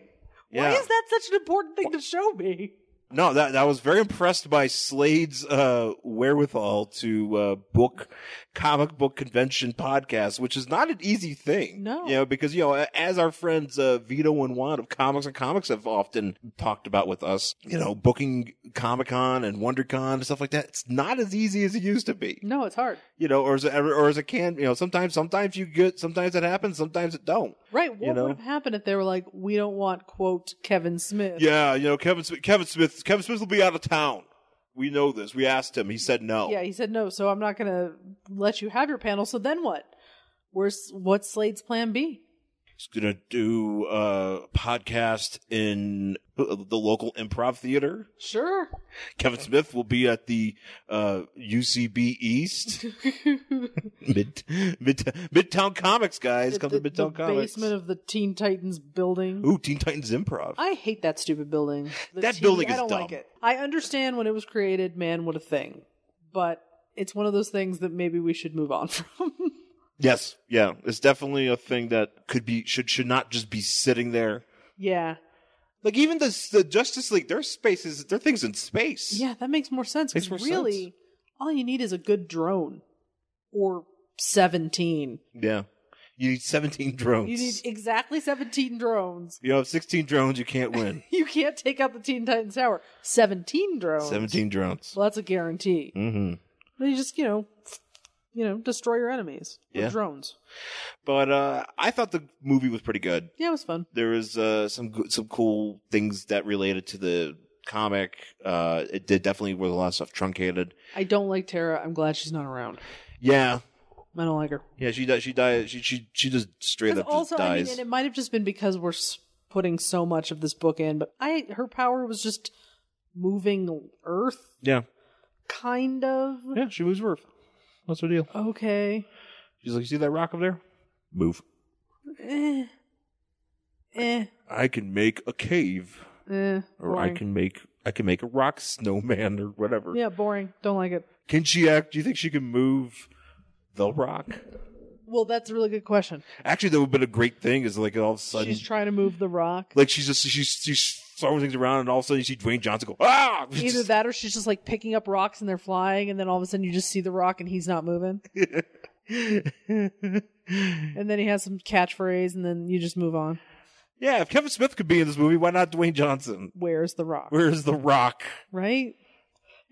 [SPEAKER 1] Why
[SPEAKER 2] Yeah.
[SPEAKER 1] is that such an important thing to show me?
[SPEAKER 2] No, that that was very impressed by Slade's uh, wherewithal to uh, book comic book convention podcasts, which is not an easy thing.
[SPEAKER 1] No.
[SPEAKER 2] you know, because you know, as our friends uh, Vito and Juan of Comics and Comics have often talked about with us, you know, booking Comic Con and WonderCon and stuff like that, it's not as easy as it used to be.
[SPEAKER 1] No, it's hard.
[SPEAKER 2] You know, or as a, or as a can, you know, sometimes sometimes you get, sometimes it happens, sometimes it don't.
[SPEAKER 1] Right? What
[SPEAKER 2] You know?
[SPEAKER 1] would have happened if they were like, "We don't want quote Kevin Smith."
[SPEAKER 2] Yeah, you know, Kevin Smith, Kevin Smith, Kevin Smith will be out of town. We know this. We asked him. He said no.
[SPEAKER 1] Yeah, he said no, so I'm not going to let you have your panel. So then what? Where's what's Slade's plan B?
[SPEAKER 2] He's gonna do a podcast in the local improv theater.
[SPEAKER 1] Sure.
[SPEAKER 2] Kevin Smith will be at the uh, UCB
[SPEAKER 1] <laughs>
[SPEAKER 2] East Mid Mid Midtown Comics. Guys, come to Midtown Comics.
[SPEAKER 1] basement of the Teen Titans building.
[SPEAKER 2] Ooh, Teen Titans Improv.
[SPEAKER 1] I hate that stupid building. The
[SPEAKER 2] That
[SPEAKER 1] TV,
[SPEAKER 2] building
[SPEAKER 1] I
[SPEAKER 2] is
[SPEAKER 1] don't like
[SPEAKER 2] dumb.
[SPEAKER 1] it. I understand when it was created, man, what a thing. But it's one of those things that maybe we should move on <laughs> from.
[SPEAKER 2] yes, yeah, it's definitely a thing that could be should should not just be sitting there.
[SPEAKER 1] yeah.
[SPEAKER 2] Like even the the Justice League, their spaces, their things in space.
[SPEAKER 1] Yeah, that makes more sense.
[SPEAKER 2] Makes
[SPEAKER 1] 'cause
[SPEAKER 2] more sense.
[SPEAKER 1] really, all you need is a good drone or 17.
[SPEAKER 2] yeah. You need seventeen drones.
[SPEAKER 1] You need exactly 17 drones. <laughs>
[SPEAKER 2] You have sixteen drones, you can't win.
[SPEAKER 1] You can't take out the Teen Titans Tower. 17 drones.
[SPEAKER 2] seventeen drones.
[SPEAKER 1] Well, that's a guarantee.
[SPEAKER 2] Mm-hmm.
[SPEAKER 1] Then you just, you know, you know, destroy your enemies with
[SPEAKER 2] Yeah.
[SPEAKER 1] drones.
[SPEAKER 2] But uh, I thought the movie was pretty good.
[SPEAKER 1] Yeah, it was fun.
[SPEAKER 2] There was uh, some go- some cool things that related to the comic. Uh, it did definitely was a lot of stuff truncated.
[SPEAKER 1] I don't like Tara. I'm glad she's not around.
[SPEAKER 2] Yeah,
[SPEAKER 1] I don't like her.
[SPEAKER 2] yeah. She di- she died. She she she just straight
[SPEAKER 1] 'Cause
[SPEAKER 2] up
[SPEAKER 1] also,
[SPEAKER 2] just
[SPEAKER 1] I
[SPEAKER 2] dies.
[SPEAKER 1] mean, and it might have just been because we're s- putting so much of this book in, but I her power was just moving Earth,
[SPEAKER 2] yeah,
[SPEAKER 1] kind of.
[SPEAKER 2] yeah. She moves Earth. What's her deal?
[SPEAKER 1] Okay.
[SPEAKER 2] She's like, see that rock up there? Move.
[SPEAKER 1] Eh. Eh.
[SPEAKER 2] I can make a cave,
[SPEAKER 1] Eh.
[SPEAKER 2] or I
[SPEAKER 1] Boring.
[SPEAKER 2] can make I can make a rock snowman or whatever.
[SPEAKER 1] Yeah, boring. Don't like it.
[SPEAKER 2] Can she act? Do you think she can move the rock?
[SPEAKER 1] Well, that's a really good question.
[SPEAKER 2] Actually, that would have been a great thing. Is like all of a sudden
[SPEAKER 1] She's trying to move the rock.
[SPEAKER 2] Like she's just she's she's throwing things around, and all of a sudden you see Dwayne Johnson go ah. <laughs>
[SPEAKER 1] Either that or she's just like picking up rocks and they're flying, and then all of a sudden you just see the rock and he's not
[SPEAKER 2] <laughs>
[SPEAKER 1] moving. and then he has some catchphrase, and then you just move on.
[SPEAKER 2] yeah, if Kevin Smith could be in this movie, why not Dwayne Johnson?
[SPEAKER 1] Where's the rock?
[SPEAKER 2] Where's The Rock?
[SPEAKER 1] Right?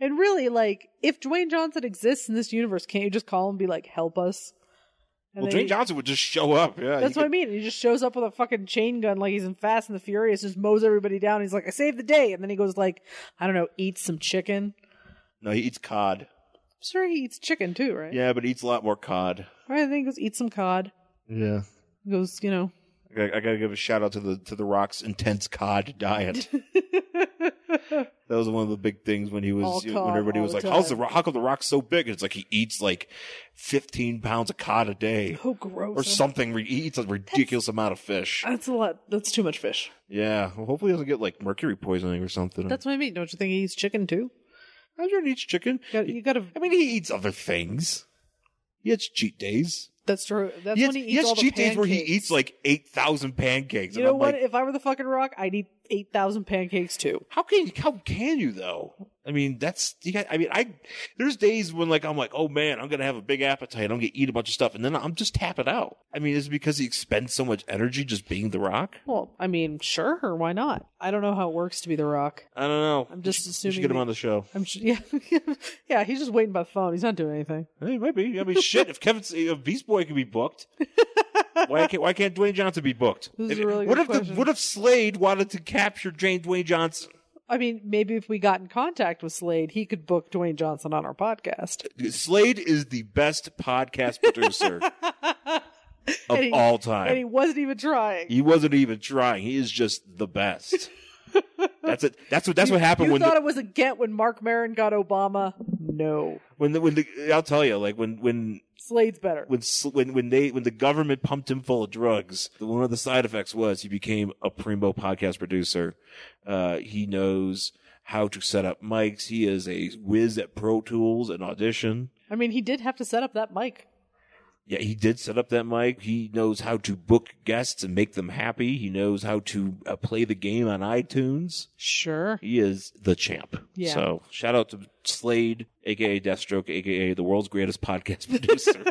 [SPEAKER 1] And really, like, if Dwayne Johnson exists in this universe, can't you just call him and be like, help us? And
[SPEAKER 2] well,
[SPEAKER 1] then
[SPEAKER 2] Dwayne
[SPEAKER 1] he-
[SPEAKER 2] Johnson would just show up. Yeah,
[SPEAKER 1] That's
[SPEAKER 2] he
[SPEAKER 1] what I mean. He just shows up with a fucking chain gun like he's in Fast and the Furious, just mows everybody down. He's like, I saved the day. And then he goes like, I don't know, eats some chicken.
[SPEAKER 2] could- no, he eats cod.
[SPEAKER 1] I'm sure he eats chicken too, right?
[SPEAKER 2] Yeah, but he eats a lot more cod.
[SPEAKER 1] All right, then he goes eat some cod.
[SPEAKER 2] Yeah.
[SPEAKER 1] He goes, you know,
[SPEAKER 2] I gotta, I gotta give a shout out to the to the Rock's intense cod diet.
[SPEAKER 1] <laughs>
[SPEAKER 2] that was one of the big things when he was
[SPEAKER 1] All
[SPEAKER 2] when
[SPEAKER 1] cod
[SPEAKER 2] everybody
[SPEAKER 1] all
[SPEAKER 2] was
[SPEAKER 1] the
[SPEAKER 2] like, "How's the
[SPEAKER 1] time.
[SPEAKER 2] Rock? How come the Rock's so big?" And it's like he eats like fifteen pounds of cod a day
[SPEAKER 1] oh gross.
[SPEAKER 2] or something. He eats a ridiculous amount of fish.
[SPEAKER 1] That's a lot. That's too much fish.
[SPEAKER 2] Yeah. Well, hopefully he doesn't get like mercury poisoning or something.
[SPEAKER 1] That's what I mean. Don't you think he eats chicken too?
[SPEAKER 2] I don't eat chicken.
[SPEAKER 1] You gotta, you gotta
[SPEAKER 2] I mean, he eats other things. He has cheat days.
[SPEAKER 1] that's true. That's
[SPEAKER 2] He has,
[SPEAKER 1] when he eats
[SPEAKER 2] he has
[SPEAKER 1] all the
[SPEAKER 2] cheat days where he
[SPEAKER 1] pancakes.
[SPEAKER 2] eats like eight thousand pancakes.
[SPEAKER 1] You
[SPEAKER 2] and
[SPEAKER 1] know
[SPEAKER 2] I'm
[SPEAKER 1] what?
[SPEAKER 2] like,
[SPEAKER 1] if I were the fucking rock, I'd eat eight thousand pancakes too.
[SPEAKER 2] How can how can you though? I mean, that's you got, I mean, I there's days when like I'm like, oh man, I'm gonna have a big appetite. I'm gonna eat a bunch of stuff, and then I'm just tapping out. I mean, is it because he expends so much energy just being the Rock?
[SPEAKER 1] Well, I mean, sure, or why not? I don't know how it works to be the rock.
[SPEAKER 2] I don't know.
[SPEAKER 1] I'm just
[SPEAKER 2] You
[SPEAKER 1] assuming
[SPEAKER 2] should get him
[SPEAKER 1] that-
[SPEAKER 2] on the show.
[SPEAKER 1] I'm sh- <laughs> yeah, yeah. He's just waiting by the phone. He's not doing anything.
[SPEAKER 2] Hey, maybe. I mean, shit. If Kevin, if Beast Boy can be booked, why can't why can't Dwayne Johnson be booked?
[SPEAKER 1] This is
[SPEAKER 2] If-
[SPEAKER 1] a really
[SPEAKER 2] what
[SPEAKER 1] good
[SPEAKER 2] if the,
[SPEAKER 1] question.
[SPEAKER 2] what if Slade wanted to capture Dwayne Dwayne Johnson?
[SPEAKER 1] I mean, maybe if we got in contact with Slade, he could book Dwayne Johnson on our podcast.
[SPEAKER 2] Slade is the best podcast
[SPEAKER 1] <laughs>
[SPEAKER 2] producer of
[SPEAKER 1] And he-
[SPEAKER 2] all time.
[SPEAKER 1] And he wasn't even trying.
[SPEAKER 2] He wasn't even trying. He is just
[SPEAKER 1] <laughs>
[SPEAKER 2] the best. that's it. That's what. That's what happened
[SPEAKER 1] You
[SPEAKER 2] when
[SPEAKER 1] thought
[SPEAKER 2] the,
[SPEAKER 1] it was a get when Mark Maron got Obama? No,
[SPEAKER 2] when the, when the, I'll tell you like when when
[SPEAKER 1] Slade's better.
[SPEAKER 2] when s- when when they when the government pumped him full of drugs. One of the side effects was he became a primo podcast producer. Uh, he knows how to set up mics. He is a whiz at Pro Tools and Audition.
[SPEAKER 1] I mean, he did have to set up that mic.
[SPEAKER 2] Yeah, he did set up that mic. He knows how to book guests and make them happy. He knows how to uh, play the game on iTunes.
[SPEAKER 1] Sure.
[SPEAKER 2] he is the champ.
[SPEAKER 1] Yeah.
[SPEAKER 2] So shout out to Slade, aka Deathstroke, aka the world's greatest <laughs> podcast producer.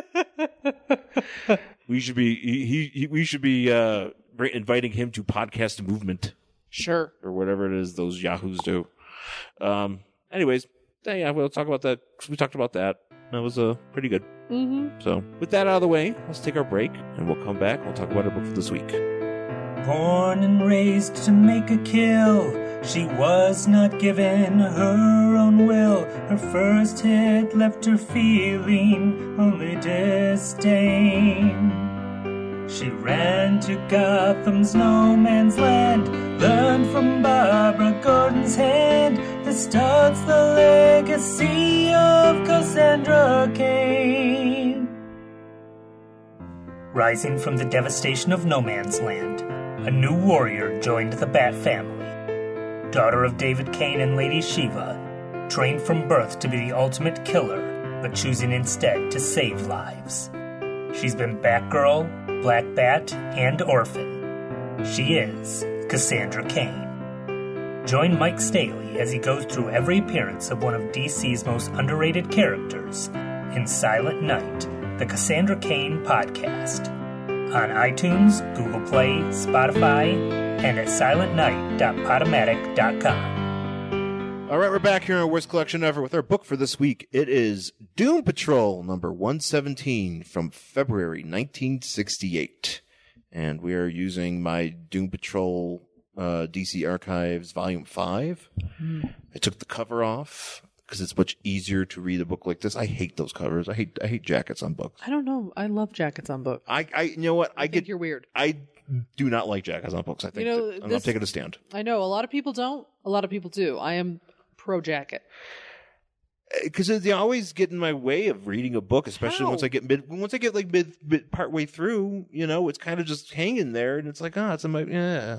[SPEAKER 2] we should be he, he, he- we should be uh, br- inviting him to podcast movement
[SPEAKER 1] <laughs> Sure.
[SPEAKER 2] or whatever it is those yahoos do. Um. Anyways, yeah, we'll talk about that. We talked about that. That was uh, pretty good.
[SPEAKER 1] Mm-hmm.
[SPEAKER 2] So with that out of the way, let's take our break and we'll come back. We'll talk about our book for this week.
[SPEAKER 3] Born and raised to make a kill, she was not given her own will. Her first hit left her feeling only disdain. She ran to Gotham's no man's land, learned from Barbara Gordon's hand that starts the legacy of Cassandra Cain. Rising from the devastation of no man's land, a new warrior joined the Bat family. Daughter of David Kane and Lady Shiva, trained from birth to be the ultimate killer, but choosing instead to save lives. She's been Batgirl, Black Bat, and Orphan. She is Cassandra Kane. Join Mike Staley as he goes through every appearance of one of DC's most underrated characters in Silent Night, the Cassandra Kane podcast on iTunes, Google Play, Spotify, and at silentnight.podomatic.com.
[SPEAKER 2] All right, we're back here on Worst Collection Ever with our book for this week. It is Doom Patrol number 117 from February 1968. And we are using my Doom Patrol uh, DC Archives Volume 5.
[SPEAKER 1] Hmm.
[SPEAKER 2] I took the cover off because it's much easier to read a book like this. I hate those covers. I hate I hate jackets on books.
[SPEAKER 1] I don't know. I love jackets on book.
[SPEAKER 2] I, I you know what? I,
[SPEAKER 1] I, think
[SPEAKER 2] get
[SPEAKER 1] you're weird.
[SPEAKER 2] I do not like jackets on books. I think
[SPEAKER 1] know,
[SPEAKER 2] that- I'm
[SPEAKER 1] this-
[SPEAKER 2] taking a stand.
[SPEAKER 1] I know a lot of people don't. A lot of people do. I am pro jacket.
[SPEAKER 2] because uh, they always get in my way of reading a book, especially
[SPEAKER 1] How?
[SPEAKER 2] once I get mid, once I get like mid, mid part way through, you know, it's kind of just hanging there, and it's like, ah, it's in my, yeah,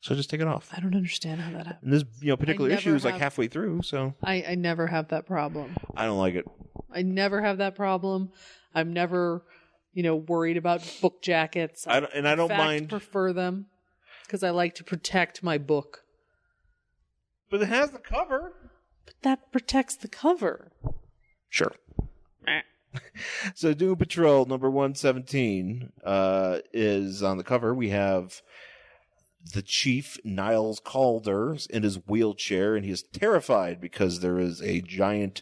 [SPEAKER 2] so I just take it off.
[SPEAKER 1] I don't understand how that happens.
[SPEAKER 2] And this, you know, particular
[SPEAKER 1] never
[SPEAKER 2] issue is like
[SPEAKER 1] have-
[SPEAKER 2] halfway through, so
[SPEAKER 1] I, I never have that problem.
[SPEAKER 2] I don't like it.
[SPEAKER 1] I never have that problem. I'm never, you know, worried about book jackets.
[SPEAKER 2] I don't, and I
[SPEAKER 1] In
[SPEAKER 2] don't
[SPEAKER 1] fact,
[SPEAKER 2] mind.
[SPEAKER 1] prefer them because I like to protect my book.
[SPEAKER 2] But it has the cover.
[SPEAKER 1] But that protects the cover.
[SPEAKER 2] Sure. so Doom Patrol number 117 uh, is on the cover. We have the chief, Niles Calder, in his wheelchair, and he is terrified because there is a giant,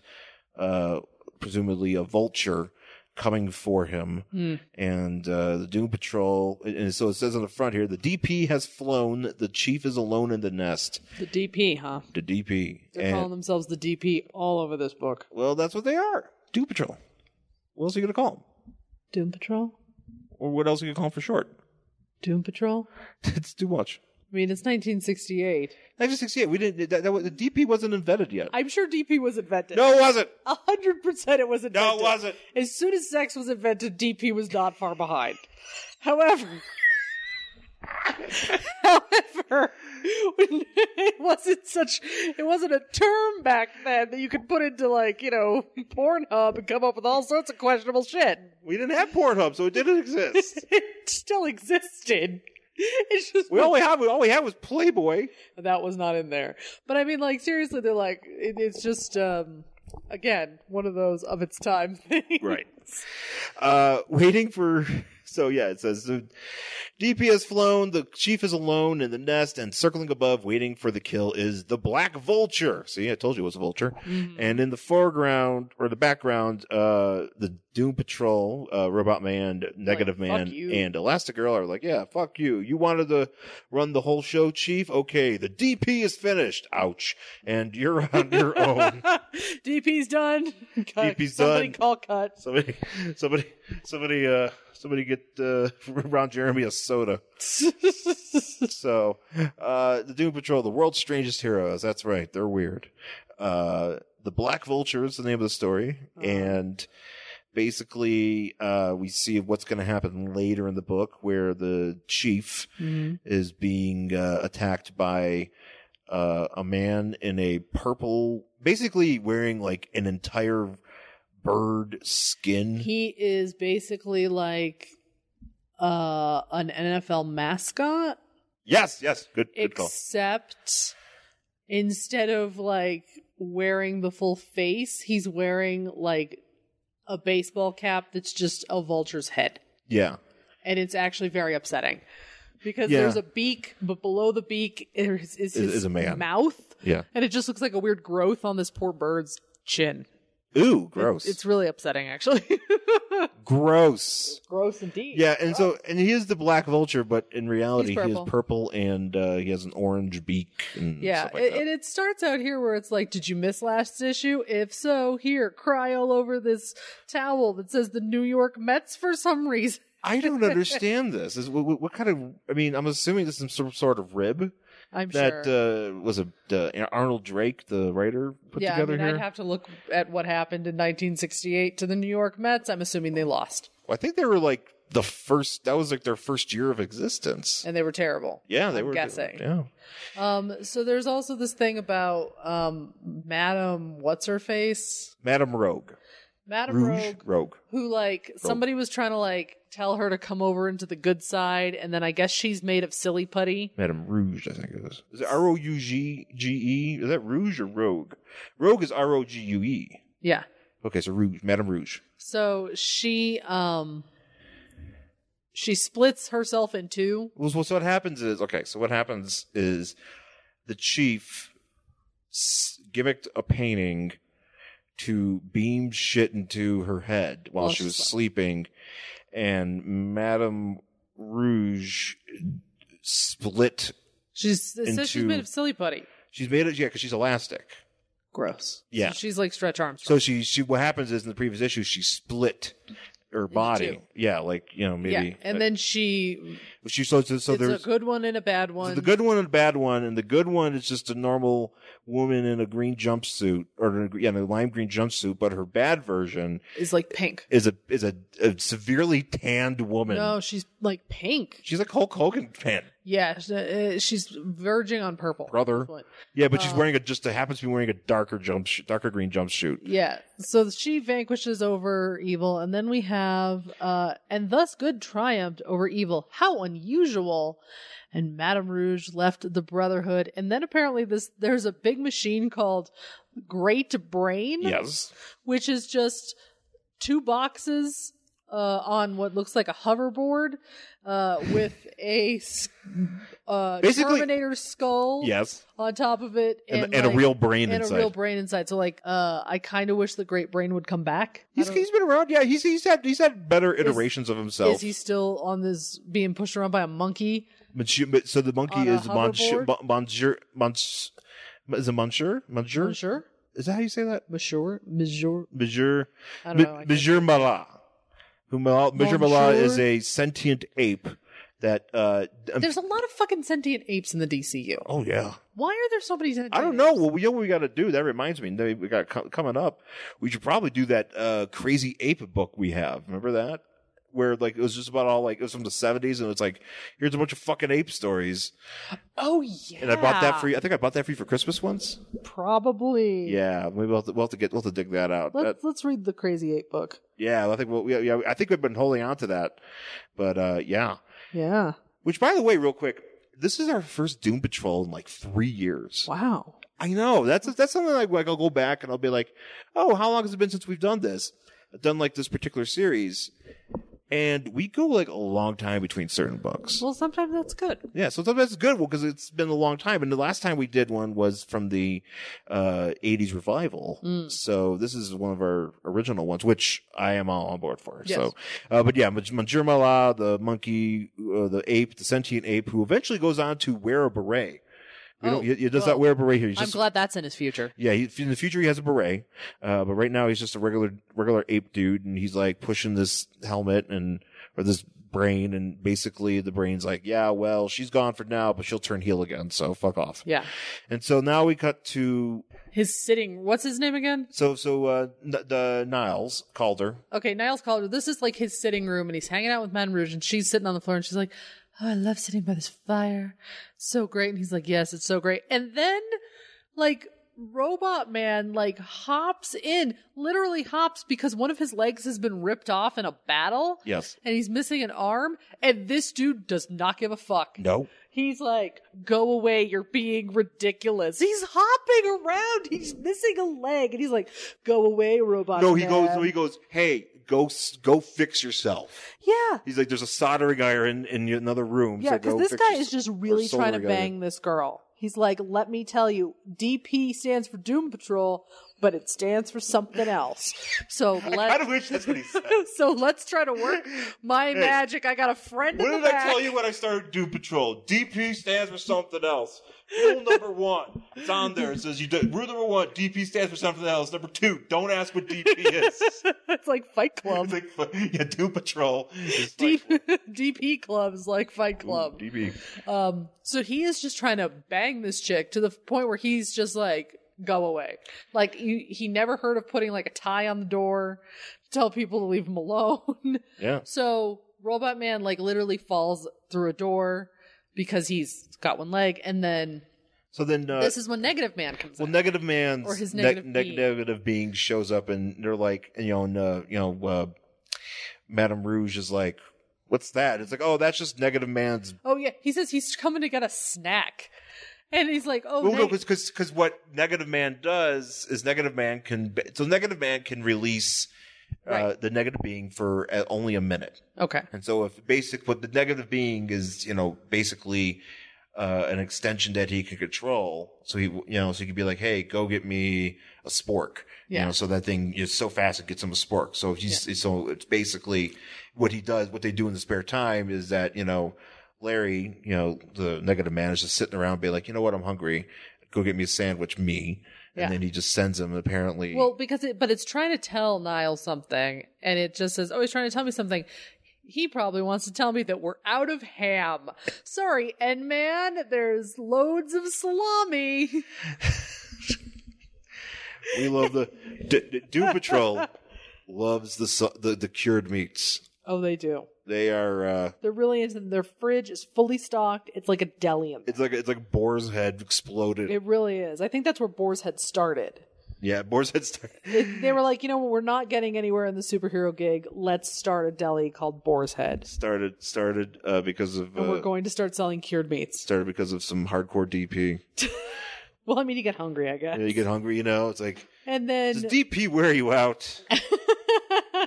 [SPEAKER 2] uh, presumably a vulture, coming for him.
[SPEAKER 1] Hmm.
[SPEAKER 2] And uh, the Doom Patrol, and- and so it says on the front here, the DP has flown, the chief is alone in the nest.
[SPEAKER 1] The DP, huh?
[SPEAKER 2] The DP.
[SPEAKER 1] They're
[SPEAKER 2] and-
[SPEAKER 1] calling themselves the DP all over this book.
[SPEAKER 2] well, that's what they are. Doom Patrol. What else are you going to call them?
[SPEAKER 1] Doom Patrol?
[SPEAKER 2] Or what else are you going to call them for short?
[SPEAKER 1] Doom Patrol?
[SPEAKER 2] <laughs> it's too much.
[SPEAKER 1] I mean, it's 1968.
[SPEAKER 2] 1968. We didn't. That, that was, the DP wasn't invented yet.
[SPEAKER 1] I'm sure DP was invented.
[SPEAKER 2] no, it wasn't.
[SPEAKER 1] A hundred percent it was invented.
[SPEAKER 2] No, it wasn't.
[SPEAKER 1] As soon as sex was invented, DP was not far behind. However, <laughs> however, when- it wasn't such, it wasn't a term back then that you could put into like, you know, Pornhub and come up with all sorts of questionable shit.
[SPEAKER 2] We didn't have Pornhub, so it didn't exist.
[SPEAKER 1] It still existed. It's just
[SPEAKER 2] we only have. <laughs> All we had was Playboy.
[SPEAKER 1] that was not in there. But I mean, like seriously, they're like, it, it's just, um, again, one of those of its time <laughs> things.
[SPEAKER 2] Right. <laughs> Uh, waiting for. So yeah, it says the DP has flown. The chief is alone in the nest, and circling above, waiting for the kill, is the black vulture. See, I told you it was a vulture.
[SPEAKER 1] Mm-hmm.
[SPEAKER 2] And in the foreground or the background, uh, the Doom Patrol, uh, Robot Man, Negative
[SPEAKER 1] Like, fuck
[SPEAKER 2] Man,
[SPEAKER 1] you.
[SPEAKER 2] and Elastigirl are like, yeah, fuck you. You wanted to run the whole show, Chief. Okay, the DP is finished. Ouch, and you're
[SPEAKER 1] <laughs>
[SPEAKER 2] on your own.
[SPEAKER 1] DP's done.
[SPEAKER 2] DP's
[SPEAKER 1] Somebody
[SPEAKER 2] done.
[SPEAKER 1] call cut.
[SPEAKER 2] <laughs> Somebody, somebody, somebody, uh, somebody get uh, <laughs> Ron Jeremy a soda. so, uh, the Doom Patrol, the world's strangest heroes. That's right, they're weird. Uh, the Black Vulture is the name of the story, and basically, uh, we see what's going to happen later in the book, where the chief is being uh, attacked by uh, a man in a purple, basically wearing like an entire bird skin.
[SPEAKER 1] He is basically like uh, an NFL mascot,
[SPEAKER 2] yes, yes, good, good call.
[SPEAKER 1] except instead of like wearing the full face, he's wearing like a baseball cap that's just a vulture's head.
[SPEAKER 2] Yeah,
[SPEAKER 1] and it's actually very upsetting because
[SPEAKER 2] Yeah.
[SPEAKER 1] there's a beak, but below the beak is, is his
[SPEAKER 2] is a man.
[SPEAKER 1] mouth,
[SPEAKER 2] yeah.
[SPEAKER 1] and it just looks like a weird growth on this poor bird's chin.
[SPEAKER 2] Ooh, gross.
[SPEAKER 1] It's really upsetting, actually. <laughs>
[SPEAKER 2] gross.
[SPEAKER 1] Gross indeed.
[SPEAKER 2] Yeah, and so and he is the black vulture, but in reality,
[SPEAKER 1] He's
[SPEAKER 2] he is
[SPEAKER 1] purple.
[SPEAKER 2] purple and uh, he has an orange beak. And
[SPEAKER 1] Yeah,
[SPEAKER 2] stuff like
[SPEAKER 1] it,
[SPEAKER 2] that.
[SPEAKER 1] and it starts out here where it's like, did you miss last issue? If so, here, cry all over this towel that says the New York Mets for some reason.
[SPEAKER 2] I don't understand this. Is what, what what kind of? I mean, I'm assuming this is some sort of rib
[SPEAKER 1] I'm
[SPEAKER 2] that
[SPEAKER 1] sure.
[SPEAKER 2] uh, was a uh, Arnold Drake, the writer, put
[SPEAKER 1] yeah, I
[SPEAKER 2] together
[SPEAKER 1] mean,
[SPEAKER 2] here.
[SPEAKER 1] I'd have to look at what happened in 1968 to the New York Mets. I'm assuming they lost
[SPEAKER 2] Well, I think they were like the first. That was like their first year of existence.
[SPEAKER 1] and they were terrible.
[SPEAKER 2] yeah, they
[SPEAKER 1] I'm
[SPEAKER 2] were
[SPEAKER 1] guessing.
[SPEAKER 2] Yeah,
[SPEAKER 1] Um, so there's also this thing about um, Madame What's her face,
[SPEAKER 2] Madame Rogue,
[SPEAKER 1] Madame
[SPEAKER 2] Rouge
[SPEAKER 1] Rogue,
[SPEAKER 2] Rogue.
[SPEAKER 1] who like somebody was trying to like tell her to come over into the good side, and then I guess she's made of silly putty.
[SPEAKER 2] Madame Rouge, I think it is. Is it R O U G G E? Is that Rouge or Rogue? Rogue is R O G U E.
[SPEAKER 1] Yeah.
[SPEAKER 2] Okay, so Rouge, Madame Rouge.
[SPEAKER 1] So she um she splits herself in two.
[SPEAKER 2] Well, so so what happens is okay. So what happens is the chief s- gimmicked a painting to beam shit into her head while
[SPEAKER 1] Well,
[SPEAKER 2] she was
[SPEAKER 1] she's-
[SPEAKER 2] sleeping, and Madame Rouge split.
[SPEAKER 1] She's it says she's
[SPEAKER 2] Into-
[SPEAKER 1] made of silly putty.
[SPEAKER 2] She's made it, yeah, because she's elastic.
[SPEAKER 1] Gross.
[SPEAKER 2] Yeah.
[SPEAKER 1] So she's like stretch arms.
[SPEAKER 2] So she she what happens is in the previous issue she split her body.
[SPEAKER 1] two.
[SPEAKER 2] Yeah, like you know
[SPEAKER 1] yeah.
[SPEAKER 2] maybe Uh,
[SPEAKER 1] And then she
[SPEAKER 2] she so so, so
[SPEAKER 1] it's a
[SPEAKER 2] there's
[SPEAKER 1] good one and a bad
[SPEAKER 2] so
[SPEAKER 1] one.
[SPEAKER 2] the good one and the bad one, and the good one is just a normal woman in a green jumpsuit or in a, yeah, in a lime green jumpsuit, but her bad version
[SPEAKER 1] is like pink.
[SPEAKER 2] is a is a, a severely tanned woman.
[SPEAKER 1] No, she's like pink.
[SPEAKER 2] She's like Hulk Hogan fan.
[SPEAKER 1] Yeah, sh- uh, she's verging on purple.
[SPEAKER 2] Brother.
[SPEAKER 1] What? Oh.
[SPEAKER 2] Yeah, but she's wearing a just happens to be wearing a darker jump darker green jumpsuit.
[SPEAKER 1] Yeah. So she vanquishes over evil, and then we have, uh, and thus good triumphed over evil. How unusual! And Madame Rouge left the Brotherhood, and then apparently this there's a big machine called Great Brain,
[SPEAKER 2] Yes.
[SPEAKER 1] which is just two boxes uh, on what looks like a hoverboard uh, with a s- uh,
[SPEAKER 2] Basically-
[SPEAKER 1] Terminator skull
[SPEAKER 2] Yes.
[SPEAKER 1] on top of it,
[SPEAKER 2] And, and a
[SPEAKER 1] like-
[SPEAKER 2] real brain
[SPEAKER 1] and
[SPEAKER 2] inside.
[SPEAKER 1] a real brain inside. So like, uh, I kind of wish the great brain would come back. I
[SPEAKER 2] he's,
[SPEAKER 1] don't-
[SPEAKER 2] he's been around. Yeah, he's he's had he's had better iterations of himself.
[SPEAKER 1] is he still on this being pushed around by a monkey?
[SPEAKER 2] Monsieur, but, so the monkey
[SPEAKER 1] On a
[SPEAKER 2] is Monsieur,
[SPEAKER 1] hoverboard?
[SPEAKER 2] Monsieur, Monsieur, is it Monsieur? Monsieur?
[SPEAKER 1] Monsieur,
[SPEAKER 2] Is that how you say that?
[SPEAKER 1] Monsieur, Monsieur.
[SPEAKER 2] Monsieur,
[SPEAKER 1] I don't know. I
[SPEAKER 2] M-
[SPEAKER 1] can't-
[SPEAKER 2] Monsieur Malat. Who Malat, Monsieur Malat
[SPEAKER 1] Monsieur?
[SPEAKER 2] is a sentient ape that, uh, d- um,
[SPEAKER 1] There's a lot of fucking sentient apes in the DCU.
[SPEAKER 2] oh yeah.
[SPEAKER 1] Why are there so many? Sentient
[SPEAKER 2] I don't know. Well, we know what we got to do. That reminds me. that We got co- coming up. We should probably do that, uh, crazy ape book we have. Remember that? Where like it was just about all like it was from the seventies and it's like here's a bunch of fucking ape stories
[SPEAKER 1] Oh yeah.
[SPEAKER 2] and I bought that for you. I think I bought that for you for Christmas once.
[SPEAKER 1] Probably.
[SPEAKER 2] Yeah, maybe we'll have to, we'll have to get we'll have to dig that out.
[SPEAKER 1] Let's
[SPEAKER 2] That-
[SPEAKER 1] let's read the crazy ape book.
[SPEAKER 2] yeah, I think we'll, yeah, yeah, I think we've been holding on to that, but uh, yeah.
[SPEAKER 1] Yeah.
[SPEAKER 2] Which, by the way, real quick, this is our first Doom Patrol in like three years.
[SPEAKER 1] Wow.
[SPEAKER 2] I know that's that's something like, like I'll go back and I'll be like, oh, how long has it been since we've done this? I've done like this particular series, and we go like a long time between certain books.
[SPEAKER 1] Well, sometimes that's good.
[SPEAKER 2] Yeah, so that's good because it's been a long time. And the last time we did one was from the uh, 80s revival.
[SPEAKER 1] Mm.
[SPEAKER 2] So this is one of our original ones, which I am all on board for.
[SPEAKER 1] Yes.
[SPEAKER 2] So, uh, but yeah, Maj- Manjur Mala, the monkey, uh, the ape, the sentient ape, who eventually goes on to wear a beret. We
[SPEAKER 1] Oh,
[SPEAKER 2] don't, he, he does
[SPEAKER 1] well,
[SPEAKER 2] not wear a beret here. He's
[SPEAKER 1] I'm
[SPEAKER 2] just-
[SPEAKER 1] glad that's in his future.
[SPEAKER 2] yeah, he, in the future he has a beret, uh, but right now he's just a regular regular ape dude, and he's like pushing this helmet and or this brain, and basically the brain's like, yeah, well, she's gone for now, but she'll turn heel again, so fuck off.
[SPEAKER 1] Yeah.
[SPEAKER 2] And so now we cut to
[SPEAKER 1] His sitting. What's his name again?
[SPEAKER 2] so so uh, N- the Niles Calder.
[SPEAKER 1] okay, Niles Calder, this is like his sitting room, and he's hanging out with Madame Rouge, and she's sitting on the floor, and she's like, "Oh, I love sitting by this fire, so great." And he's like, "Yes, it's so great." And then, like, Robot Man like hops in, literally hops because one of his legs has been ripped off in a battle.
[SPEAKER 2] Yes.
[SPEAKER 1] and he's missing an arm, and this dude does not give a fuck.
[SPEAKER 2] No.
[SPEAKER 1] He's like, go away, you're being ridiculous. He's hopping around, he's missing a leg, and he's like, go away, robot.
[SPEAKER 2] No, he
[SPEAKER 1] man."
[SPEAKER 2] goes. He goes. Hey, go s- go fix yourself.
[SPEAKER 1] Yeah,
[SPEAKER 2] He's like, there's a soldering iron in another room.
[SPEAKER 1] Yeah,
[SPEAKER 2] so
[SPEAKER 1] because
[SPEAKER 2] go
[SPEAKER 1] this
[SPEAKER 2] oh, fix
[SPEAKER 1] guy
[SPEAKER 2] your-
[SPEAKER 1] is just really
[SPEAKER 2] solar
[SPEAKER 1] trying to
[SPEAKER 2] guy.
[SPEAKER 1] bang this girl. He's like, let me tell you, DP stands for Doom Patrol, but it stands for something else. So
[SPEAKER 2] <laughs> I
[SPEAKER 1] let
[SPEAKER 2] don't wish that's what he said.
[SPEAKER 1] <laughs> so let's try to work my magic. I got a friend
[SPEAKER 2] What
[SPEAKER 1] in
[SPEAKER 2] did
[SPEAKER 1] the
[SPEAKER 2] I
[SPEAKER 1] back.
[SPEAKER 2] tell you when I started Doom Patrol? DP stands for something else. Rule number one. It's on there. It says you do, rule number one, DP stands for something else. Number two, don't ask what DP is.
[SPEAKER 1] <laughs> <laughs> It's like Fight
[SPEAKER 2] <laughs> It's
[SPEAKER 1] Club.
[SPEAKER 2] like, yeah, Doom Patrol is
[SPEAKER 1] <laughs> D-
[SPEAKER 2] like,
[SPEAKER 1] DP Club is like Fight Club.
[SPEAKER 2] DP.
[SPEAKER 1] Um, so he is just trying to bang this chick to the point where he's just like, go away. Like you, he never heard of putting like a tie on the door, tell people to leave him alone. <laughs>
[SPEAKER 2] Yeah.
[SPEAKER 1] So Robot Man like literally falls through a door because he's got one leg, and then
[SPEAKER 2] So then, uh,
[SPEAKER 1] this is when Negative Man comes
[SPEAKER 2] well,
[SPEAKER 1] in.
[SPEAKER 2] Negative Man's
[SPEAKER 1] Or his
[SPEAKER 2] neg-
[SPEAKER 1] negative
[SPEAKER 2] neg-
[SPEAKER 1] being.
[SPEAKER 2] negative being shows up and they're like, you know, and, uh, you know, uh, Madame Rouge is like, what's that? It's like, oh, that's just Negative Man's
[SPEAKER 1] oh yeah, he says he's coming to get a snack, and he's like, oh
[SPEAKER 2] Well, no,
[SPEAKER 1] neg-
[SPEAKER 2] because because what Negative Man does is Negative Man can so Negative Man can release uh,
[SPEAKER 1] Right.
[SPEAKER 2] the Negative Being for uh, only a minute,
[SPEAKER 1] okay,
[SPEAKER 2] and so if basic what the Negative Being is, you know, basically uh, an extension that he can control. So he, you know, so he could be like, hey, go get me a spork. You
[SPEAKER 1] Yeah.
[SPEAKER 2] know, so that thing is so fast it gets him a spork. So he's so it's basically what he does. What they do in the spare time is that you know. Larry, you know, the negative man is just sitting around being like, you know what, I'm hungry. Go get me a sandwich, me. And
[SPEAKER 1] Yeah.
[SPEAKER 2] then he just sends him apparently.
[SPEAKER 1] well because it, but it's trying to tell Niall something, and it just says, oh, he's trying to tell me something. He probably wants to tell me that we're out of ham. Sorry, and man, there's loads of salami. <laughs> <laughs>
[SPEAKER 2] we love the D- D- Doom Patrol loves the, su- the the cured meats.
[SPEAKER 1] Oh, they do.
[SPEAKER 2] They are. Uh,
[SPEAKER 1] They're really into their fridge is fully stocked. It's like a deli in there.
[SPEAKER 2] it's like it's like boar's head exploded.
[SPEAKER 1] It really is. I think that's where Boar's Head started.
[SPEAKER 2] yeah, boar's head. Start-
[SPEAKER 1] It, they were like, you know, we're not getting anywhere in the superhero gig. Let's start a deli called Boar's Head,
[SPEAKER 2] started started uh, because of
[SPEAKER 1] and
[SPEAKER 2] uh,
[SPEAKER 1] we're going to start selling cured meats.
[SPEAKER 2] started because of some hardcore DP.
[SPEAKER 1] Well, I mean, you get hungry, I guess.
[SPEAKER 2] You, know, you get hungry, you know. It's like
[SPEAKER 1] And then
[SPEAKER 2] does
[SPEAKER 1] <laughs>
[SPEAKER 2] DP wear you out?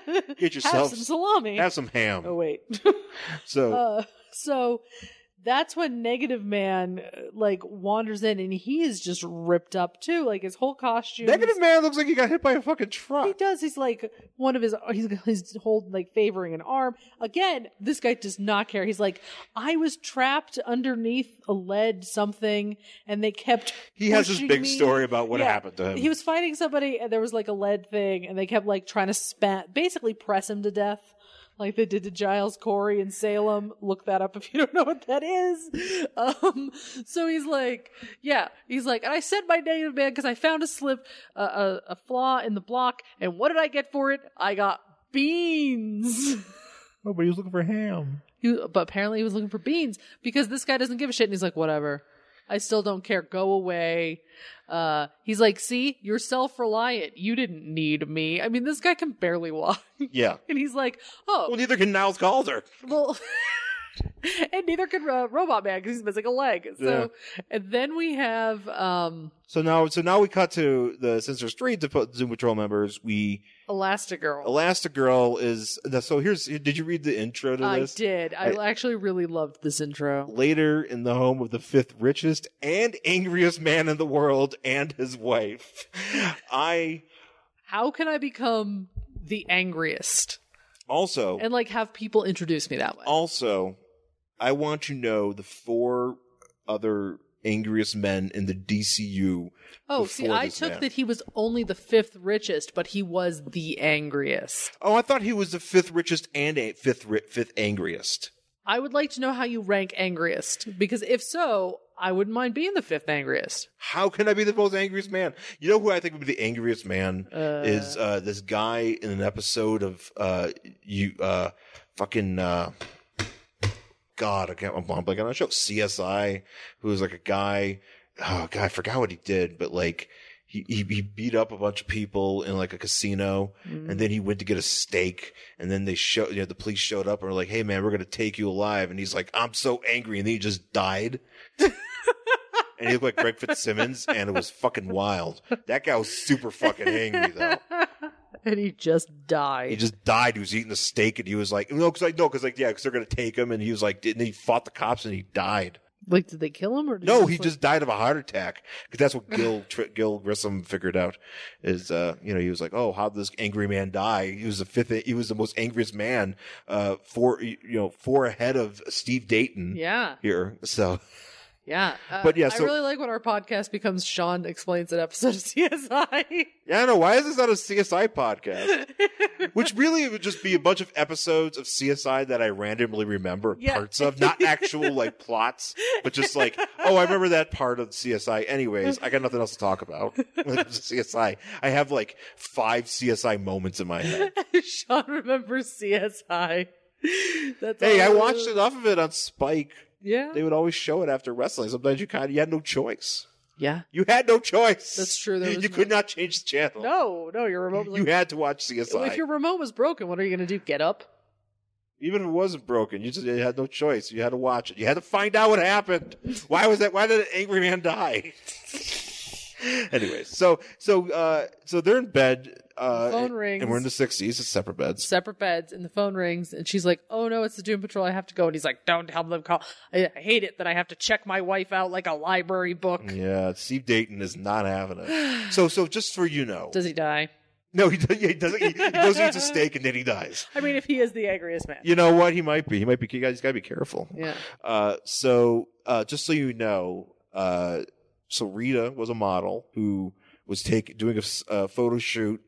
[SPEAKER 2] Get
[SPEAKER 1] have
[SPEAKER 2] yourself
[SPEAKER 1] some salami.
[SPEAKER 2] have some ham.
[SPEAKER 1] oh wait. <laughs>
[SPEAKER 2] so
[SPEAKER 1] uh, so that's when Negative Man uh, like wanders in, and he is just ripped up too. Like his whole costume.
[SPEAKER 2] negative man looks like he got hit by a fucking
[SPEAKER 1] He
[SPEAKER 2] truck.
[SPEAKER 1] does. He's like one of his. He's he's hold like favoring an arm. Again, this guy does not care. He's like, I was trapped underneath a lead something, and they kept.
[SPEAKER 2] He has this
[SPEAKER 1] pushing
[SPEAKER 2] big
[SPEAKER 1] me."
[SPEAKER 2] story about what
[SPEAKER 1] Yeah.
[SPEAKER 2] happened to him.
[SPEAKER 1] He was fighting somebody, and there was like a lead thing, and they kept like trying to spat, basically press him to death, like they did to Giles Corey in Salem. Look that up if you don't know what that is. <laughs> Um, so he's like, yeah, he's like, and I sent my negative man because I found a slip, a, a, a flaw in the block, and what did I get for it? I got beans. <laughs>
[SPEAKER 2] oh, but he was looking for ham.
[SPEAKER 1] He, but apparently he was looking for beans because this guy doesn't give a shit and he's like, whatever. I still don't care. Go away. Uh, he's like, see, you're self reliant. You didn't need me. I mean, this guy can barely walk. <laughs>
[SPEAKER 2] Yeah.
[SPEAKER 1] And he's like, oh,
[SPEAKER 2] Well, neither can Niles Calder.
[SPEAKER 1] well. <laughs> and neither can uh, Robot Man because he's missing a leg. So, and then we have, um,
[SPEAKER 2] So now, so now we cut to the since there's three Depo- Doom Patrol members. We
[SPEAKER 1] Elastigirl.
[SPEAKER 2] Elastigirl is so. Here's did you read the intro to
[SPEAKER 1] I
[SPEAKER 2] this?
[SPEAKER 1] did. I, actually really loved this intro.
[SPEAKER 2] Later in the home of the fifth richest and angriest man in the world and his wife, I
[SPEAKER 1] How can I become the angriest
[SPEAKER 2] also
[SPEAKER 1] and like have people introduce me that way?
[SPEAKER 2] also I want to know the four other angriest men in the DCU.
[SPEAKER 1] Oh, see,
[SPEAKER 2] before
[SPEAKER 1] I
[SPEAKER 2] this
[SPEAKER 1] took
[SPEAKER 2] man.
[SPEAKER 1] that he was only the fifth richest, but he was the angriest.
[SPEAKER 2] Oh, I thought he was the fifth richest and a fifth ri- fifth angriest.
[SPEAKER 1] I would like to know how you rank angriest, because if so, I wouldn't mind being the fifth angriest.
[SPEAKER 2] How can I be the most angriest man? You know who I think would be the angriest man is uh, this guy in an episode of uh, you uh, fucking uh, God, I can't, I'm blanking on a show CSI, who was like a guy. Oh God, I forgot what he did, but like he he, he beat up a bunch of people in like a casino, and then he went to get a steak, and then they show you know the police showed up and were like, "Hey man, we're gonna take you alive," and he's like, "I'm so angry," and then he just died and he looked like Greg Fitzsimmons, and it was fucking wild. That guy was super fucking angry though.
[SPEAKER 1] And he just died.
[SPEAKER 2] He just died. He was eating a steak, and he was like, "No, because I no, because like yeah, because they're gonna take him." And he was like, and he fought the cops, and he died.
[SPEAKER 1] like, did they kill him or did
[SPEAKER 2] No,
[SPEAKER 1] he
[SPEAKER 2] he just died of a heart attack because that's what Gil Tr- Gil Grissom figured out. Is uh, you know, he was like, "Oh, how did this angry man die?" He was the fifth. He was the most angriest man, uh, four you know, four ahead of Steve Dayton.
[SPEAKER 1] Yeah,
[SPEAKER 2] Here, so
[SPEAKER 1] yeah. Uh,
[SPEAKER 2] But yeah, so-
[SPEAKER 1] I really like when our podcast becomes Sean explains an episode of CSI.
[SPEAKER 2] Yeah, I don't know. Why is this not a CSI podcast? Which really would just be a bunch of episodes of CSI that I randomly remember
[SPEAKER 1] Yeah.
[SPEAKER 2] parts of, not actual like plots, but just like, oh, I remember that part of CSI. Anyways, I got nothing else to talk about. <laughs> When it comes to CSI, I have like five CSI moments in my head.
[SPEAKER 1] <laughs> Sean remembers CSI. That's
[SPEAKER 2] Hey, I
[SPEAKER 1] all-
[SPEAKER 2] watched enough of it on Spike.
[SPEAKER 1] Yeah,
[SPEAKER 2] They would always show it after wrestling. Sometimes you kind of you had no choice.
[SPEAKER 1] yeah.
[SPEAKER 2] You had no choice.
[SPEAKER 1] That's true. There was
[SPEAKER 2] <laughs> You could
[SPEAKER 1] no-
[SPEAKER 2] not change the channel.
[SPEAKER 1] No, no, your remote was like
[SPEAKER 2] You had to watch CSI.
[SPEAKER 1] Well, if your remote was broken, what are you going to do? Get up?
[SPEAKER 2] Even if it wasn't broken, you just you had no choice. You had to watch it. You had to find out what happened. Why was that? Why did an angry man die? <laughs> Anyways, so so uh, so they're in bed. Uh,
[SPEAKER 1] Phone
[SPEAKER 2] and-
[SPEAKER 1] rings.
[SPEAKER 2] and we're in the sixties. It's separate beds.
[SPEAKER 1] Separate beds, and the phone rings, and she's like, "Oh no, it's the Doom Patrol. I have to go." And he's like, "Don't help them call. I I hate it that I have to check my wife out like a library book."
[SPEAKER 2] Yeah, Steve Dayton is not having it. So so just for you know,
[SPEAKER 1] Does he die?
[SPEAKER 2] no, he, do- yeah, he doesn't. He, he goes and eats a steak and then he dies.
[SPEAKER 1] I mean, if he is the angriest man,
[SPEAKER 2] You know what? He might be. He might be. You guys got to be careful.
[SPEAKER 1] yeah.
[SPEAKER 2] Uh, so uh, just so you know, uh, so Rita was a model who was take, doing a s- a photo shoot,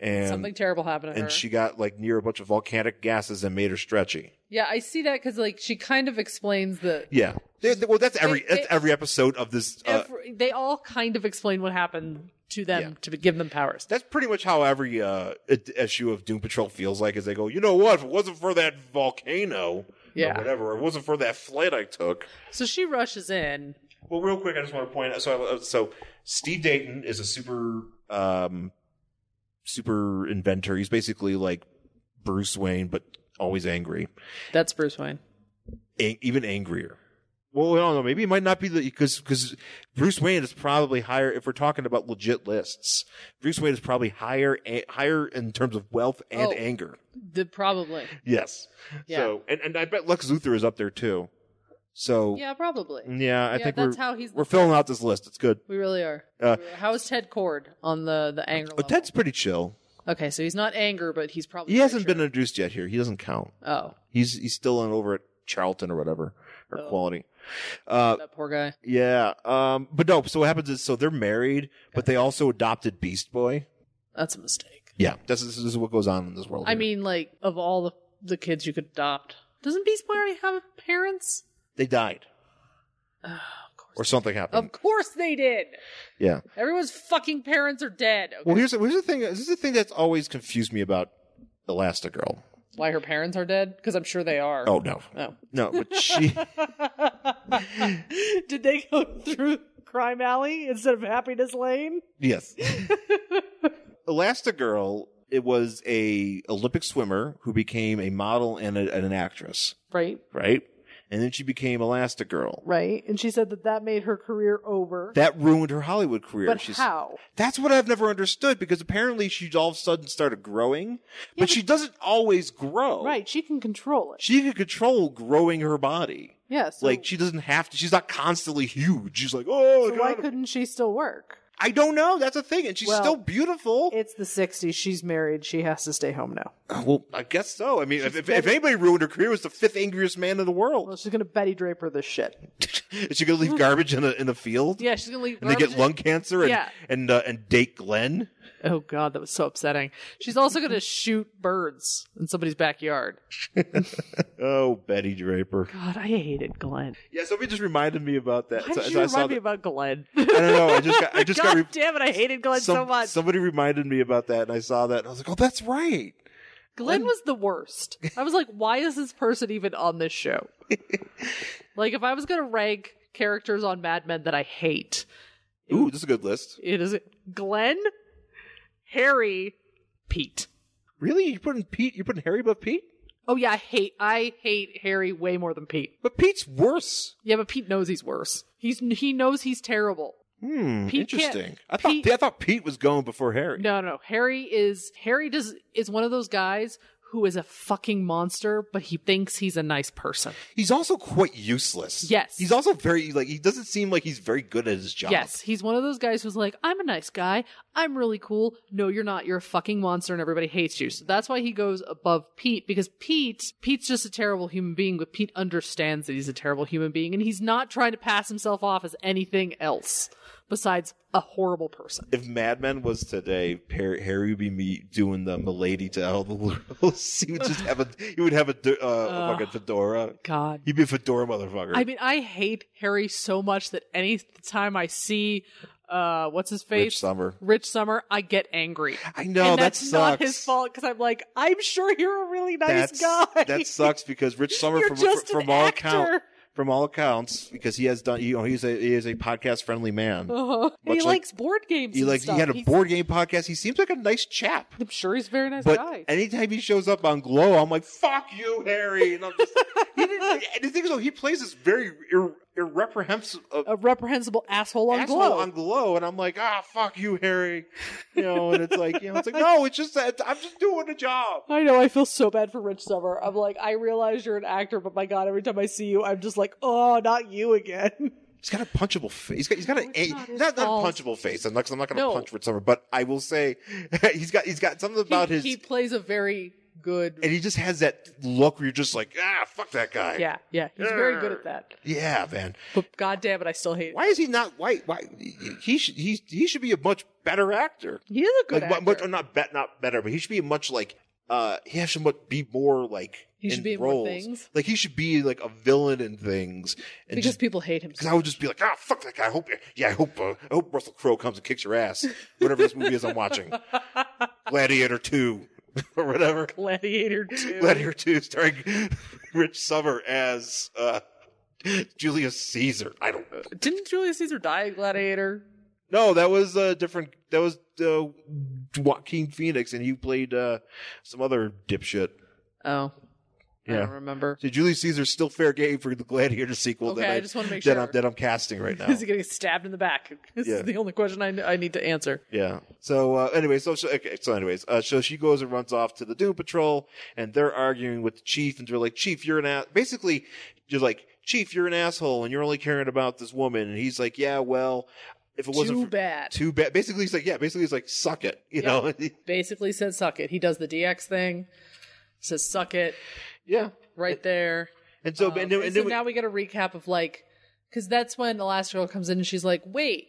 [SPEAKER 2] and
[SPEAKER 1] Something terrible happened to her.
[SPEAKER 2] and she got like near a bunch of volcanic gases and made her stretchy.
[SPEAKER 1] yeah, I see that because like she kind of explains that.
[SPEAKER 2] Yeah. They- they- well, that's every
[SPEAKER 1] They-
[SPEAKER 2] that's
[SPEAKER 1] they-
[SPEAKER 2] every episode of this. Uh,
[SPEAKER 1] every, they all kind of explain what happened to them
[SPEAKER 2] Yeah.
[SPEAKER 1] to give them powers.
[SPEAKER 2] That's pretty much how every uh, ed- issue of Doom Patrol feels like. Is they go, you know what? If it wasn't for that volcano,
[SPEAKER 1] Yeah.
[SPEAKER 2] or whatever. If it wasn't for that flight I took.
[SPEAKER 1] So she rushes in.
[SPEAKER 2] Well, real quick, I just want to point out. So, I, uh, so Steve Dayton is a super, um, super inventor. He's basically like Bruce Wayne, but always angry,
[SPEAKER 1] That's Bruce Wayne.
[SPEAKER 2] An- even angrier. Well, I don't know. Maybe it might not be the because because Bruce Wayne is probably higher. If we're talking about legit lists, Bruce Wayne is probably higher a- higher in terms of wealth and
[SPEAKER 1] Oh.
[SPEAKER 2] anger.
[SPEAKER 1] The, probably.
[SPEAKER 2] Yes.
[SPEAKER 1] Yeah.
[SPEAKER 2] So and, and I bet Lex Luthor is up there too. So yeah,
[SPEAKER 1] Yeah, probably.
[SPEAKER 2] I think
[SPEAKER 1] that's
[SPEAKER 2] we're
[SPEAKER 1] how he's.
[SPEAKER 2] we're filling out this list. It's good.
[SPEAKER 1] we really are.
[SPEAKER 2] Uh, Oh,
[SPEAKER 1] How is Ted Cord on the the anger
[SPEAKER 2] But
[SPEAKER 1] level?
[SPEAKER 2] Ted's pretty chill.
[SPEAKER 1] okay, so he's not anger, but he's probably.
[SPEAKER 2] He hasn't been introduced yet here. He doesn't count.
[SPEAKER 1] Oh,
[SPEAKER 2] He's he's still on over at Charlton or whatever or
[SPEAKER 1] Oh.
[SPEAKER 2] quality. Uh
[SPEAKER 1] that poor guy.
[SPEAKER 2] yeah. Um but no, so what happens is so they're married, but they also adopted Beast Boy.
[SPEAKER 1] That's a mistake.
[SPEAKER 2] Yeah. That's this is what goes on in this world.
[SPEAKER 1] I
[SPEAKER 2] here.
[SPEAKER 1] mean, like of all the the kids you could adopt, doesn't Beast Boy already have parents? <sighs>
[SPEAKER 2] they died. Or something happened.
[SPEAKER 1] Of course they did.
[SPEAKER 2] yeah.
[SPEAKER 1] Everyone's fucking parents are dead. Okay.
[SPEAKER 2] Well, here's the, here's the thing. This is the thing that's always confused me about Elastigirl.
[SPEAKER 1] Why her parents are dead? Because I'm sure they are.
[SPEAKER 2] Oh no,
[SPEAKER 1] Oh. <laughs>
[SPEAKER 2] no, but she.
[SPEAKER 1] Did they go through Crime Alley instead of Happiness Lane?
[SPEAKER 2] <laughs>
[SPEAKER 1] <laughs>
[SPEAKER 2] Yes. Elastigirl, it was a Olympic swimmer who became a model and, a, and an actress,
[SPEAKER 1] Right,
[SPEAKER 2] right? And then she became Elastigirl.
[SPEAKER 1] right. And she said that that made her career over.
[SPEAKER 2] That ruined her Hollywood career.
[SPEAKER 1] but
[SPEAKER 2] She's-
[SPEAKER 1] how?
[SPEAKER 2] That's what I've never understood because apparently she all of a sudden started growing, but, she doesn't always grow.
[SPEAKER 1] Right, she can control it.
[SPEAKER 2] She can control growing her body.
[SPEAKER 1] Yes.
[SPEAKER 2] like she doesn't have to. She's not constantly huge. She's like, oh,
[SPEAKER 1] why
[SPEAKER 2] God.
[SPEAKER 1] couldn't she still work?
[SPEAKER 2] I don't know. That's a thing, and she's
[SPEAKER 1] Well,
[SPEAKER 2] still beautiful. Uh,
[SPEAKER 1] It's the 60s. She's married. She has to stay home now.
[SPEAKER 2] Well, I guess so. I mean, if, if, if anybody ruined her career, it was the fifth angriest man in the
[SPEAKER 1] Well,
[SPEAKER 2] world.
[SPEAKER 1] she's going to Betty Draper this shit.
[SPEAKER 2] <laughs> Is
[SPEAKER 1] <laughs>
[SPEAKER 2] she going to leave garbage in a in a field?
[SPEAKER 1] Yeah, she's going to leave.
[SPEAKER 2] And they get
[SPEAKER 1] garbage-
[SPEAKER 2] lung cancer and
[SPEAKER 1] Yeah.
[SPEAKER 2] and uh, and date Glenn.
[SPEAKER 1] Oh, God, that was so upsetting. She's also going to shoot birds in somebody's backyard.
[SPEAKER 2] Oh, Betty Draper.
[SPEAKER 1] God, I hated Glenn.
[SPEAKER 2] Yeah, somebody just reminded me about that.
[SPEAKER 1] Why
[SPEAKER 2] So-
[SPEAKER 1] did
[SPEAKER 2] so
[SPEAKER 1] you
[SPEAKER 2] I
[SPEAKER 1] remind
[SPEAKER 2] saw
[SPEAKER 1] me
[SPEAKER 2] that-
[SPEAKER 1] about Glenn?
[SPEAKER 2] I don't know. I
[SPEAKER 1] <laughs>
[SPEAKER 2] just got, I <laughs> just got
[SPEAKER 1] God
[SPEAKER 2] re-
[SPEAKER 1] damn it, I hated Glenn so
[SPEAKER 2] some-
[SPEAKER 1] much.
[SPEAKER 2] somebody reminded me about that, and I saw that, and I was like, oh, that's right.
[SPEAKER 1] Glenn was the worst. I was like, why is this person even on this
[SPEAKER 2] <laughs>
[SPEAKER 1] show? like, if I was going to rank characters on Mad Men that I hate,
[SPEAKER 2] Ooh, this is a good list.
[SPEAKER 1] it is Glenn, Harry, Pete.
[SPEAKER 2] Really, you putting Pete? You putting Harry above Pete?
[SPEAKER 1] Oh yeah, I hate I hate Harry way more than Pete.
[SPEAKER 2] But Pete's worse.
[SPEAKER 1] Yeah, but Pete knows he's worse. He's he knows he's terrible.
[SPEAKER 2] Hmm,
[SPEAKER 1] Pete can't-
[SPEAKER 2] interesting. I thought
[SPEAKER 1] Pete-
[SPEAKER 2] I thought Pete was going before Harry.
[SPEAKER 1] No, no, Harry is Harry does is one of those guys who is a fucking monster, but he thinks he's a nice person.
[SPEAKER 2] He's also quite useless.
[SPEAKER 1] Yes.
[SPEAKER 2] He's also very like he doesn't seem like he's very good at his job.
[SPEAKER 1] Yes, he's one of those guys who's like, I'm a nice guy. I'm really cool. No, you're not. You're a fucking monster and everybody hates you. So that's why he goes above Pete because Pete, Pete's just a terrible human being, but Pete understands that he's a terrible human being and he's not trying to pass himself off as anything else besides a horrible person.
[SPEAKER 2] If Mad Men was today, Par- Harry would be me doing the Milady to all the rules. <laughs> He would just have a he would have a, d- uh, a fucking fedora.
[SPEAKER 1] God.
[SPEAKER 2] He'd be a fedora motherfucker.
[SPEAKER 1] I mean, I hate Harry so much that any time I see, uh, what's his face?
[SPEAKER 2] Rich Summer.
[SPEAKER 1] Rich Summer, I get angry.
[SPEAKER 2] I know
[SPEAKER 1] and
[SPEAKER 2] that
[SPEAKER 1] that's
[SPEAKER 2] sucks.
[SPEAKER 1] not his fault because I'm like, I'm sure you're a really nice
[SPEAKER 2] That's,
[SPEAKER 1] guy. <laughs>
[SPEAKER 2] that sucks because Rich Summer
[SPEAKER 1] You're
[SPEAKER 2] from,
[SPEAKER 1] just
[SPEAKER 2] from,
[SPEAKER 1] an
[SPEAKER 2] all
[SPEAKER 1] actor.
[SPEAKER 2] account from all accounts because he has done you know he's a he is a podcast friendly man.
[SPEAKER 1] Uh-huh. And
[SPEAKER 2] Much
[SPEAKER 1] he
[SPEAKER 2] like-
[SPEAKER 1] likes board games.
[SPEAKER 2] he
[SPEAKER 1] and
[SPEAKER 2] like
[SPEAKER 1] stuff.
[SPEAKER 2] he had a
[SPEAKER 1] He's-
[SPEAKER 2] board game podcast. He seems like a nice chap.
[SPEAKER 1] I'm sure he's a very nice
[SPEAKER 2] But
[SPEAKER 1] guy.
[SPEAKER 2] anytime he shows up on Glow, I'm like, "Fuck you, Harry!" And I'm just like, he
[SPEAKER 1] <laughs>
[SPEAKER 2] didn't. And the thing is, though, he plays this very ir- irreprehensible uh,
[SPEAKER 1] a reprehensible asshole on
[SPEAKER 2] asshole
[SPEAKER 1] Glow.
[SPEAKER 2] on Glow, and I'm like, "Ah, fuck you, Harry!" You know, and it's like, you know, it's like, no, it's just that I'm just doing the job.
[SPEAKER 1] I know. I feel so bad for Rich Summer. I'm like, I realize you're an actor, but my God, every time I see you, I'm just like, oh, not you again. <laughs>
[SPEAKER 2] He's got a punchable face. He's got he's got an
[SPEAKER 1] Oh, it's
[SPEAKER 2] a,
[SPEAKER 1] not
[SPEAKER 2] not,
[SPEAKER 1] his
[SPEAKER 2] not, a
[SPEAKER 1] fault.
[SPEAKER 2] punchable face. I'm not, I'm not going to
[SPEAKER 1] No.
[SPEAKER 2] punch Rich Summer, but I will say, <laughs> he's got he's got something about
[SPEAKER 1] he,
[SPEAKER 2] his,
[SPEAKER 1] he plays a very good.
[SPEAKER 2] and he just has that look where you're just like, "Ah, fuck that guy."
[SPEAKER 1] Yeah, yeah. He's very good at that.
[SPEAKER 2] yeah, man.
[SPEAKER 1] But God damn it, I still hate.
[SPEAKER 2] Why is he not white? Why he should he he should be a much better actor.
[SPEAKER 1] He is a good
[SPEAKER 2] like, mu-
[SPEAKER 1] actor.
[SPEAKER 2] Much, not bet not better, but he should be a much like uh, he should be more like
[SPEAKER 1] He should be in more things?
[SPEAKER 2] Like he should be like a villain in things, and
[SPEAKER 1] because
[SPEAKER 2] just
[SPEAKER 1] people hate him.
[SPEAKER 2] because I would just be like, ah, fuck that guy. I hope, yeah, I hope, uh, I hope Russell Crowe comes and kicks your ass. Whatever this movie is, I'm <laughs> watching Gladiator Two <laughs> or whatever.
[SPEAKER 1] Gladiator too.
[SPEAKER 2] Gladiator Two, starring <laughs> Rich Summer as uh, Julius Caesar. I don't know.
[SPEAKER 1] Didn't Julius Caesar die in Gladiator?
[SPEAKER 2] No, that was a different. That was uh, Joaquin Phoenix, and he played uh, some other dipshit.
[SPEAKER 1] Oh, I
[SPEAKER 2] Yeah.
[SPEAKER 1] don't remember.
[SPEAKER 2] So Julius Caesar's still fair game for the Gladiator sequel
[SPEAKER 1] Okay,
[SPEAKER 2] that
[SPEAKER 1] I
[SPEAKER 2] I,
[SPEAKER 1] just wanna make
[SPEAKER 2] that
[SPEAKER 1] sure.
[SPEAKER 2] I'm, that I'm
[SPEAKER 1] <laughs>
[SPEAKER 2] casting right now.
[SPEAKER 1] Is he getting stabbed in the back? <laughs> This
[SPEAKER 2] Yeah.
[SPEAKER 1] is the only question I, I need to answer.
[SPEAKER 2] yeah. So uh, anyway, so, so okay, so anyways, uh, so she goes and runs off to the Doom Patrol, and they're arguing with the chief, and they're like, "Chief, you're an ass." Basically, you're like, "Chief, you're an asshole, and you're only caring about this woman." And he's like, "Yeah, well, if it wasn't
[SPEAKER 1] Too
[SPEAKER 2] for-
[SPEAKER 1] bad.
[SPEAKER 2] too bad." Basically, he's like, "Yeah." Basically, he's like, "Suck it," you know. <laughs>
[SPEAKER 1] Basically said suck it. He does the DX thing. Says suck it
[SPEAKER 2] yeah.
[SPEAKER 1] right there.
[SPEAKER 2] And so,
[SPEAKER 1] Um,
[SPEAKER 2] and, then-
[SPEAKER 1] and
[SPEAKER 2] and
[SPEAKER 1] so
[SPEAKER 2] then we-
[SPEAKER 1] now we get a recap of like, because that's when the last girl comes in and she's like, wait,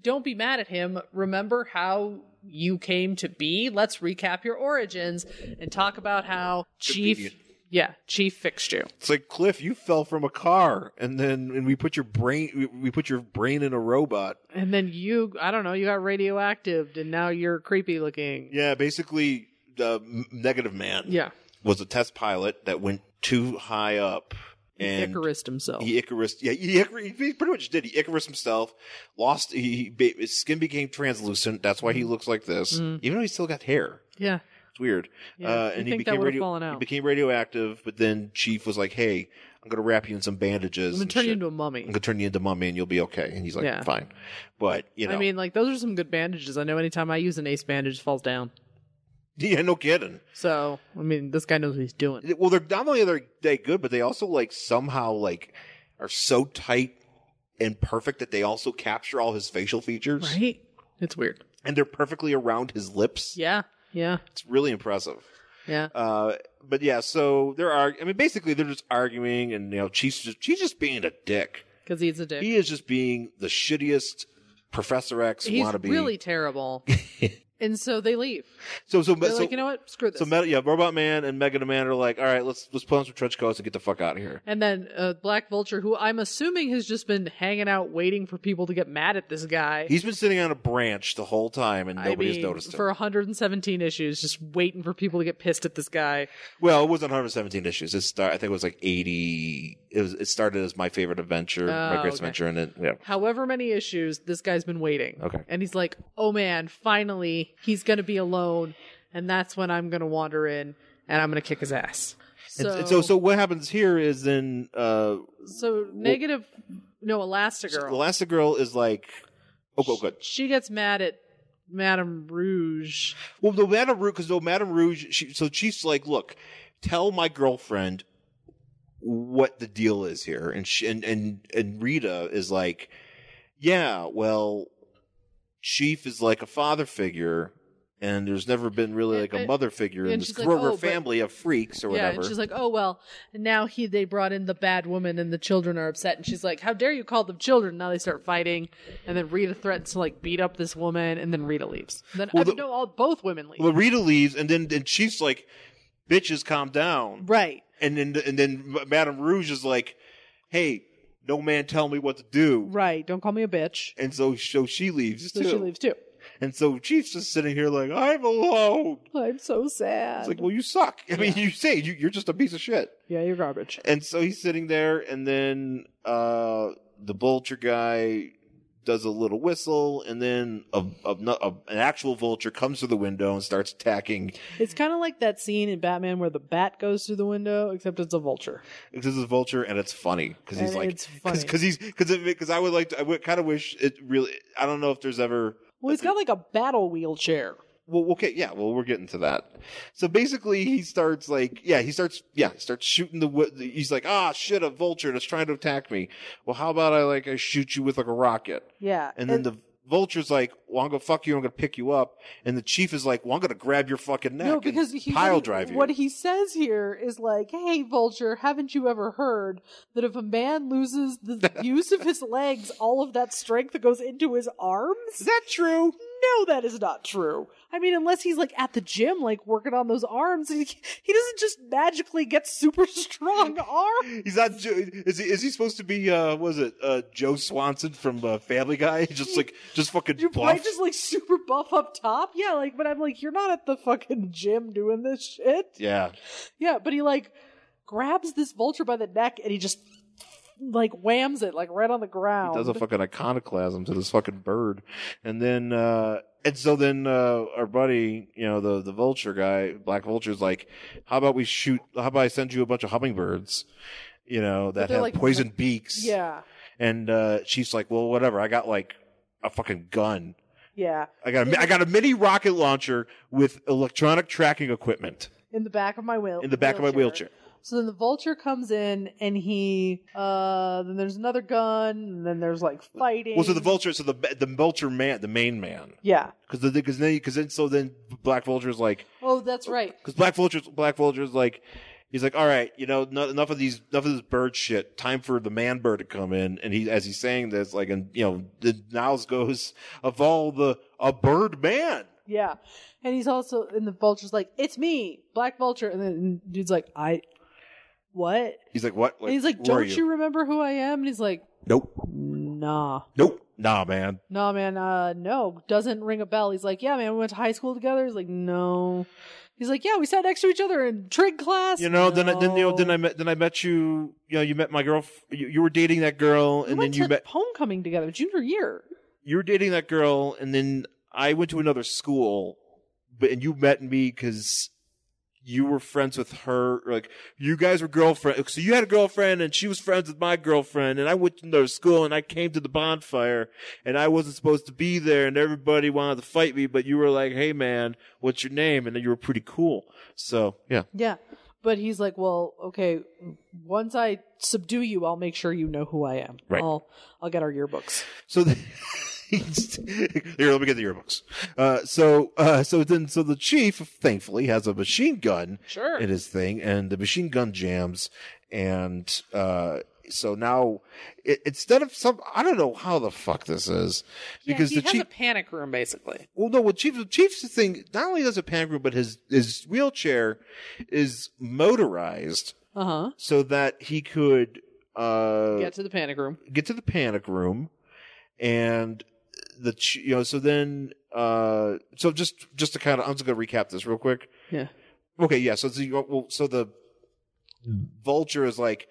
[SPEAKER 1] don't be mad at him. Remember how you came to be? Let's recap your origins and talk about how Chief,
[SPEAKER 2] Convenient.
[SPEAKER 1] yeah, Chief fixed you.
[SPEAKER 2] It's like Cliff, you fell from a car, and then and we put your brain we, we put your brain in a robot.
[SPEAKER 1] And then you, I don't know, you got radioactive and now you're creepy looking.
[SPEAKER 2] Yeah, basically, uh, M- Negative Man
[SPEAKER 1] Yeah.
[SPEAKER 2] was a test pilot that went too high up, and
[SPEAKER 1] Icarus himself.
[SPEAKER 2] he Icarus, yeah, he, Icar- he pretty much did. He Icarus himself lost. He, he ba- his skin became translucent. That's why he
[SPEAKER 1] Mm.
[SPEAKER 2] looks like this, even though he still got hair.
[SPEAKER 1] yeah.
[SPEAKER 2] It's weird.
[SPEAKER 1] Yeah,
[SPEAKER 2] uh,
[SPEAKER 1] you'd
[SPEAKER 2] and he
[SPEAKER 1] think that
[SPEAKER 2] became
[SPEAKER 1] would've
[SPEAKER 2] radio-
[SPEAKER 1] fallen out.
[SPEAKER 2] He became radioactive, but then Chief was like, "Hey, I'm gonna wrap you in some bandages.
[SPEAKER 1] I'm going
[SPEAKER 2] and
[SPEAKER 1] to turn you
[SPEAKER 2] shit.
[SPEAKER 1] into a
[SPEAKER 2] I'm
[SPEAKER 1] mummy.
[SPEAKER 2] gonna turn you into mummy and you'll be okay. And he's like,
[SPEAKER 1] Yeah.
[SPEAKER 2] fine. But you know,
[SPEAKER 1] I mean, like, those are some good bandages. I know anytime I use an ace bandage, it falls down.
[SPEAKER 2] <laughs> yeah, no kidding.
[SPEAKER 1] So, I mean, this guy knows what he's doing.
[SPEAKER 2] Well, they're not only are they- they good, but they also like somehow like are so tight and perfect that they also capture all his facial features
[SPEAKER 1] Right? It's weird.
[SPEAKER 2] and they're perfectly around his lips.
[SPEAKER 1] Yeah. Yeah.
[SPEAKER 2] It's really impressive.
[SPEAKER 1] Yeah.
[SPEAKER 2] Uh, but yeah, so there are. I mean, basically, they're just arguing, and you know, Chief's just she's just being a dick.
[SPEAKER 1] Because he's a dick.
[SPEAKER 2] He is just being the shittiest Professor X
[SPEAKER 1] he's
[SPEAKER 2] wannabe.
[SPEAKER 1] really
[SPEAKER 2] <laughs>
[SPEAKER 1] terrible. and so they leave.
[SPEAKER 2] so so,
[SPEAKER 1] They're
[SPEAKER 2] so
[SPEAKER 1] like, you know what? Screw this.
[SPEAKER 2] So Meta, yeah, Robot Man and Mega Man are like, all right, let's let's put on some trench coats and get the fuck out of here.
[SPEAKER 1] and then uh, Black Vulture, who I'm assuming has just been hanging out waiting for people to get mad at this guy.
[SPEAKER 2] He's been sitting on a branch the whole time and
[SPEAKER 1] I
[SPEAKER 2] nobody has
[SPEAKER 1] mean,
[SPEAKER 2] noticed him.
[SPEAKER 1] For 117 issues, just waiting for people to get pissed at this guy.
[SPEAKER 2] well, it wasn't 117 issues. It start, I think it was like 80. It was it started as my favorite adventure, my
[SPEAKER 1] Oh,
[SPEAKER 2] greatest
[SPEAKER 1] okay.
[SPEAKER 2] adventure, and it yeah.
[SPEAKER 1] However many issues, this guy's been waiting.
[SPEAKER 2] Okay.
[SPEAKER 1] And he's like, oh man, finally, he's going to be alone. And that's when I'm going to wander in and I'm going to kick his ass. So,
[SPEAKER 2] and, and so so what happens here is then uh
[SPEAKER 1] So negative, no, Elastigirl.
[SPEAKER 2] Elastigirl is like oh, oh good.
[SPEAKER 1] She gets mad at Madame Rouge.
[SPEAKER 2] Well, though Madame Rouge, because though Madame Rouge, she, so she's like, look, tell my girlfriend what the deal is here, and she, and and and Rita is like, yeah, well, Chief is like a father figure, and there's never been really like a
[SPEAKER 1] And-
[SPEAKER 2] mother figure in
[SPEAKER 1] and
[SPEAKER 2] this
[SPEAKER 1] she's like,
[SPEAKER 2] grower
[SPEAKER 1] "Oh, but-"
[SPEAKER 2] family of freaks or
[SPEAKER 1] yeah,
[SPEAKER 2] whatever.
[SPEAKER 1] and she's like, "Oh well, now he they brought in the bad woman, and the children are upset." And she's like, "How dare you call them children?" Now they start fighting, and then Rita threatens to like beat up this woman, and then Rita leaves. Then
[SPEAKER 2] Well,
[SPEAKER 1] I
[SPEAKER 2] the-
[SPEAKER 1] no, all both women leave.
[SPEAKER 2] well, Rita leaves, and then and she's like, bitches, calm down,
[SPEAKER 1] right?
[SPEAKER 2] and then and then Madame Rouge is like, hey, no man tell me what to do.
[SPEAKER 1] Right. Don't call me a bitch.
[SPEAKER 2] And so, so she leaves
[SPEAKER 1] So
[SPEAKER 2] too.
[SPEAKER 1] she leaves too.
[SPEAKER 2] And so Chief's just sitting here like, I'm alone.
[SPEAKER 1] I'm so sad.
[SPEAKER 2] It's like, well, you suck. I mean, you say you, you're just a piece of shit.
[SPEAKER 1] yeah, you're garbage.
[SPEAKER 2] And so he's sitting there, and then uh, the vulture guy does a little whistle, and then a, a, a, an actual vulture comes to the window and starts attacking.
[SPEAKER 1] It's kind of like that scene in Batman where the bat goes through the window, except it's a vulture.
[SPEAKER 2] This is a vulture, and it's funny because he's
[SPEAKER 1] And
[SPEAKER 2] like, <laughs>
[SPEAKER 1] it's funny.
[SPEAKER 2] because he's because because I would like to, I would kind of wish it really. I don't know if there's ever
[SPEAKER 1] Well, he's got like a battle wheelchair.
[SPEAKER 2] Well, okay, yeah. Well, we're getting to that. So basically, he starts like, yeah, he starts, yeah, he starts shooting the. wi- He's like, ah, shit, a vulture that's trying to attack me. Well, how about I like I shoot you with like a rocket,
[SPEAKER 1] Yeah.
[SPEAKER 2] and then the vulture's like, well, I'm gonna fuck you, I'm gonna pick you up, and the chief is like, well, I'm gonna grab your fucking neck,
[SPEAKER 1] No, because
[SPEAKER 2] and
[SPEAKER 1] he,
[SPEAKER 2] pile
[SPEAKER 1] what he-
[SPEAKER 2] drive you.
[SPEAKER 1] What he says here is like, "Hey, vulture, haven't you ever heard that if a man
[SPEAKER 2] <laughs>
[SPEAKER 1] loses the use of his legs, all of that strength that goes into his
[SPEAKER 2] is
[SPEAKER 1] arms?
[SPEAKER 2] that true?
[SPEAKER 1] know that is not true. I mean, unless he's like at the gym, like working on those arms, he, he doesn't just magically get super <laughs> strong arms.
[SPEAKER 2] He's not. Jo- Is he? Is he supposed to be? Uh, was it uh, Joe Swanson from uh, Family Guy? <laughs> He's just like just fucking
[SPEAKER 1] You're probably
[SPEAKER 2] buff.
[SPEAKER 1] just like super buff up top. Yeah, like, but I'm like, you're not at the fucking gym doing this shit.
[SPEAKER 2] Yeah,
[SPEAKER 1] Yeah, but he like grabs this vulture by the neck and he just like whams it like right on the ground.
[SPEAKER 2] does a fucking iconoclasm to this fucking bird, and then uh, and so then uh, our buddy, you know the the vulture guy, Black Vulture's like, how about we shoot? How about I send you a bunch of hummingbirds? You know that
[SPEAKER 1] they're,
[SPEAKER 2] have
[SPEAKER 1] like,
[SPEAKER 2] poison beaks.
[SPEAKER 1] yeah,
[SPEAKER 2] and uh, she's like, well, whatever. I got like a fucking gun.
[SPEAKER 1] yeah.
[SPEAKER 2] I got a, I got a mini rocket launcher with electronic tracking equipment
[SPEAKER 1] In the back of my wheel.
[SPEAKER 2] in the back of my wheelchair.
[SPEAKER 1] So then the vulture comes in and he uh then there's another gun and then there's like fighting.
[SPEAKER 2] Well, so the vulture, so the the vulture man, the main man,
[SPEAKER 1] Yeah.
[SPEAKER 2] because because then because then so then Black Vulture's like
[SPEAKER 1] Oh, that's right.
[SPEAKER 2] because Black Vulture's Black Vulture's like he's like all right, you know, no, enough of these enough of this bird shit. Time for the man bird to come in, and he as he's saying this, like and you know, the Niles goes of all the a bird man.
[SPEAKER 1] Yeah. And he's also and the vulture's like, "It's me, Black Vulture." And then dude's like, "I what?"
[SPEAKER 2] He's like what?
[SPEAKER 1] and he's like,
[SPEAKER 2] who are
[SPEAKER 1] "Don't you? remember who I am?" And he's like,
[SPEAKER 2] Nope,
[SPEAKER 1] "Nah."
[SPEAKER 2] nope, nah, man.
[SPEAKER 1] Nah, man, uh no, doesn't ring a bell. He's like, "Yeah, man, we went to high school together." He's like, "No." He's like, "Yeah, we sat next to each other in trig class."
[SPEAKER 2] You know, then I, then you know, then
[SPEAKER 1] No.
[SPEAKER 2] I met then I met you. You know, you met my girl. You, you were dating that girl,
[SPEAKER 1] We
[SPEAKER 2] and then
[SPEAKER 1] went
[SPEAKER 2] you
[SPEAKER 1] to
[SPEAKER 2] met
[SPEAKER 1] homecoming together, junior year.
[SPEAKER 2] you were dating that girl, and then I went to another school, but and you met me because you were friends with her. or, Like you guys were girlfriend. So you had a girlfriend, and she was friends with my girlfriend. And I went to another school, and I came to the bonfire, and I wasn't supposed to be there, and everybody wanted to fight me, but you were like, "Hey, man, what's your name?" And then you were pretty cool. So yeah,
[SPEAKER 1] Yeah. But he's like, well, okay, once I subdue you, I'll make sure you know who I am.
[SPEAKER 2] Right.
[SPEAKER 1] I'll, I'll get our yearbooks.
[SPEAKER 2] So the, <laughs> here, let me get the yearbooks. Uh, so, uh, so then, so the chief thankfully has a machine gun
[SPEAKER 1] Sure.
[SPEAKER 2] <laughs> in his thing, and the machine gun jams, and uh, so now it, instead of some, I don't know how the fuck this is because the chief.
[SPEAKER 1] panic room, basically.
[SPEAKER 2] well, no, well, chief, the chief's thing. Not only does it panic room, but his his wheelchair is motorized
[SPEAKER 1] Uh huh.
[SPEAKER 2] so that he could uh,
[SPEAKER 1] Get to the panic room.
[SPEAKER 2] get to the panic room and the ch- you know so then uh so just just to kind of i'm just gonna recap this real quick
[SPEAKER 1] Yeah.
[SPEAKER 2] okay yeah so the, well, so the vulture is like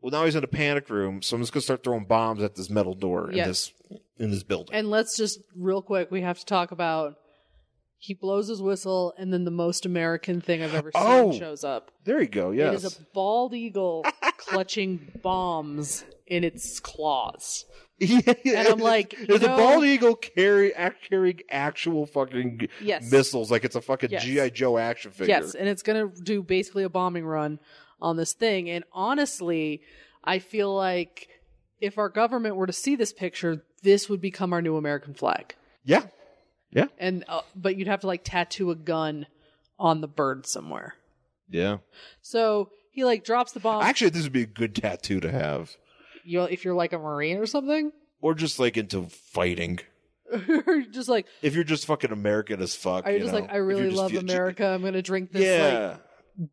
[SPEAKER 2] well now he's in a panic room so i'm just gonna start throwing bombs at this metal door
[SPEAKER 1] Yes.
[SPEAKER 2] in this in this building
[SPEAKER 1] And let's just, real quick, we have to talk about he blows his whistle, and then the most American thing I've ever seen
[SPEAKER 2] Oh.
[SPEAKER 1] shows up.
[SPEAKER 2] there you go
[SPEAKER 1] It is
[SPEAKER 2] yes
[SPEAKER 1] a bald
[SPEAKER 2] <laughs>
[SPEAKER 1] eagle clutching bombs in its claws.
[SPEAKER 2] <laughs> and
[SPEAKER 1] I'm like, you
[SPEAKER 2] there's
[SPEAKER 1] know-
[SPEAKER 2] a bald eagle carry ac- carrying actual fucking
[SPEAKER 1] Yes.
[SPEAKER 2] missiles like it's a fucking
[SPEAKER 1] Yes.
[SPEAKER 2] gi joe action figure
[SPEAKER 1] Yes, and it's going to do basically a bombing run on this thing. And honestly, I feel like if our government were to see this picture, this would become our new American flag.
[SPEAKER 2] yeah
[SPEAKER 1] And uh, but you'd have to like tattoo a gun on the bird somewhere.
[SPEAKER 2] yeah
[SPEAKER 1] So he like drops the bomb.
[SPEAKER 2] actually this would be a good tattoo to have
[SPEAKER 1] you if you're like a marine or something,
[SPEAKER 2] or just like into fighting.
[SPEAKER 1] or you're <laughs> just like
[SPEAKER 2] If you're just fucking American as fuck,
[SPEAKER 1] are you
[SPEAKER 2] you
[SPEAKER 1] just
[SPEAKER 2] know,
[SPEAKER 1] like I
[SPEAKER 2] if you're
[SPEAKER 1] really
[SPEAKER 2] just-
[SPEAKER 1] love
[SPEAKER 2] you-
[SPEAKER 1] America. I'm going to drink this
[SPEAKER 2] Yeah.
[SPEAKER 1] like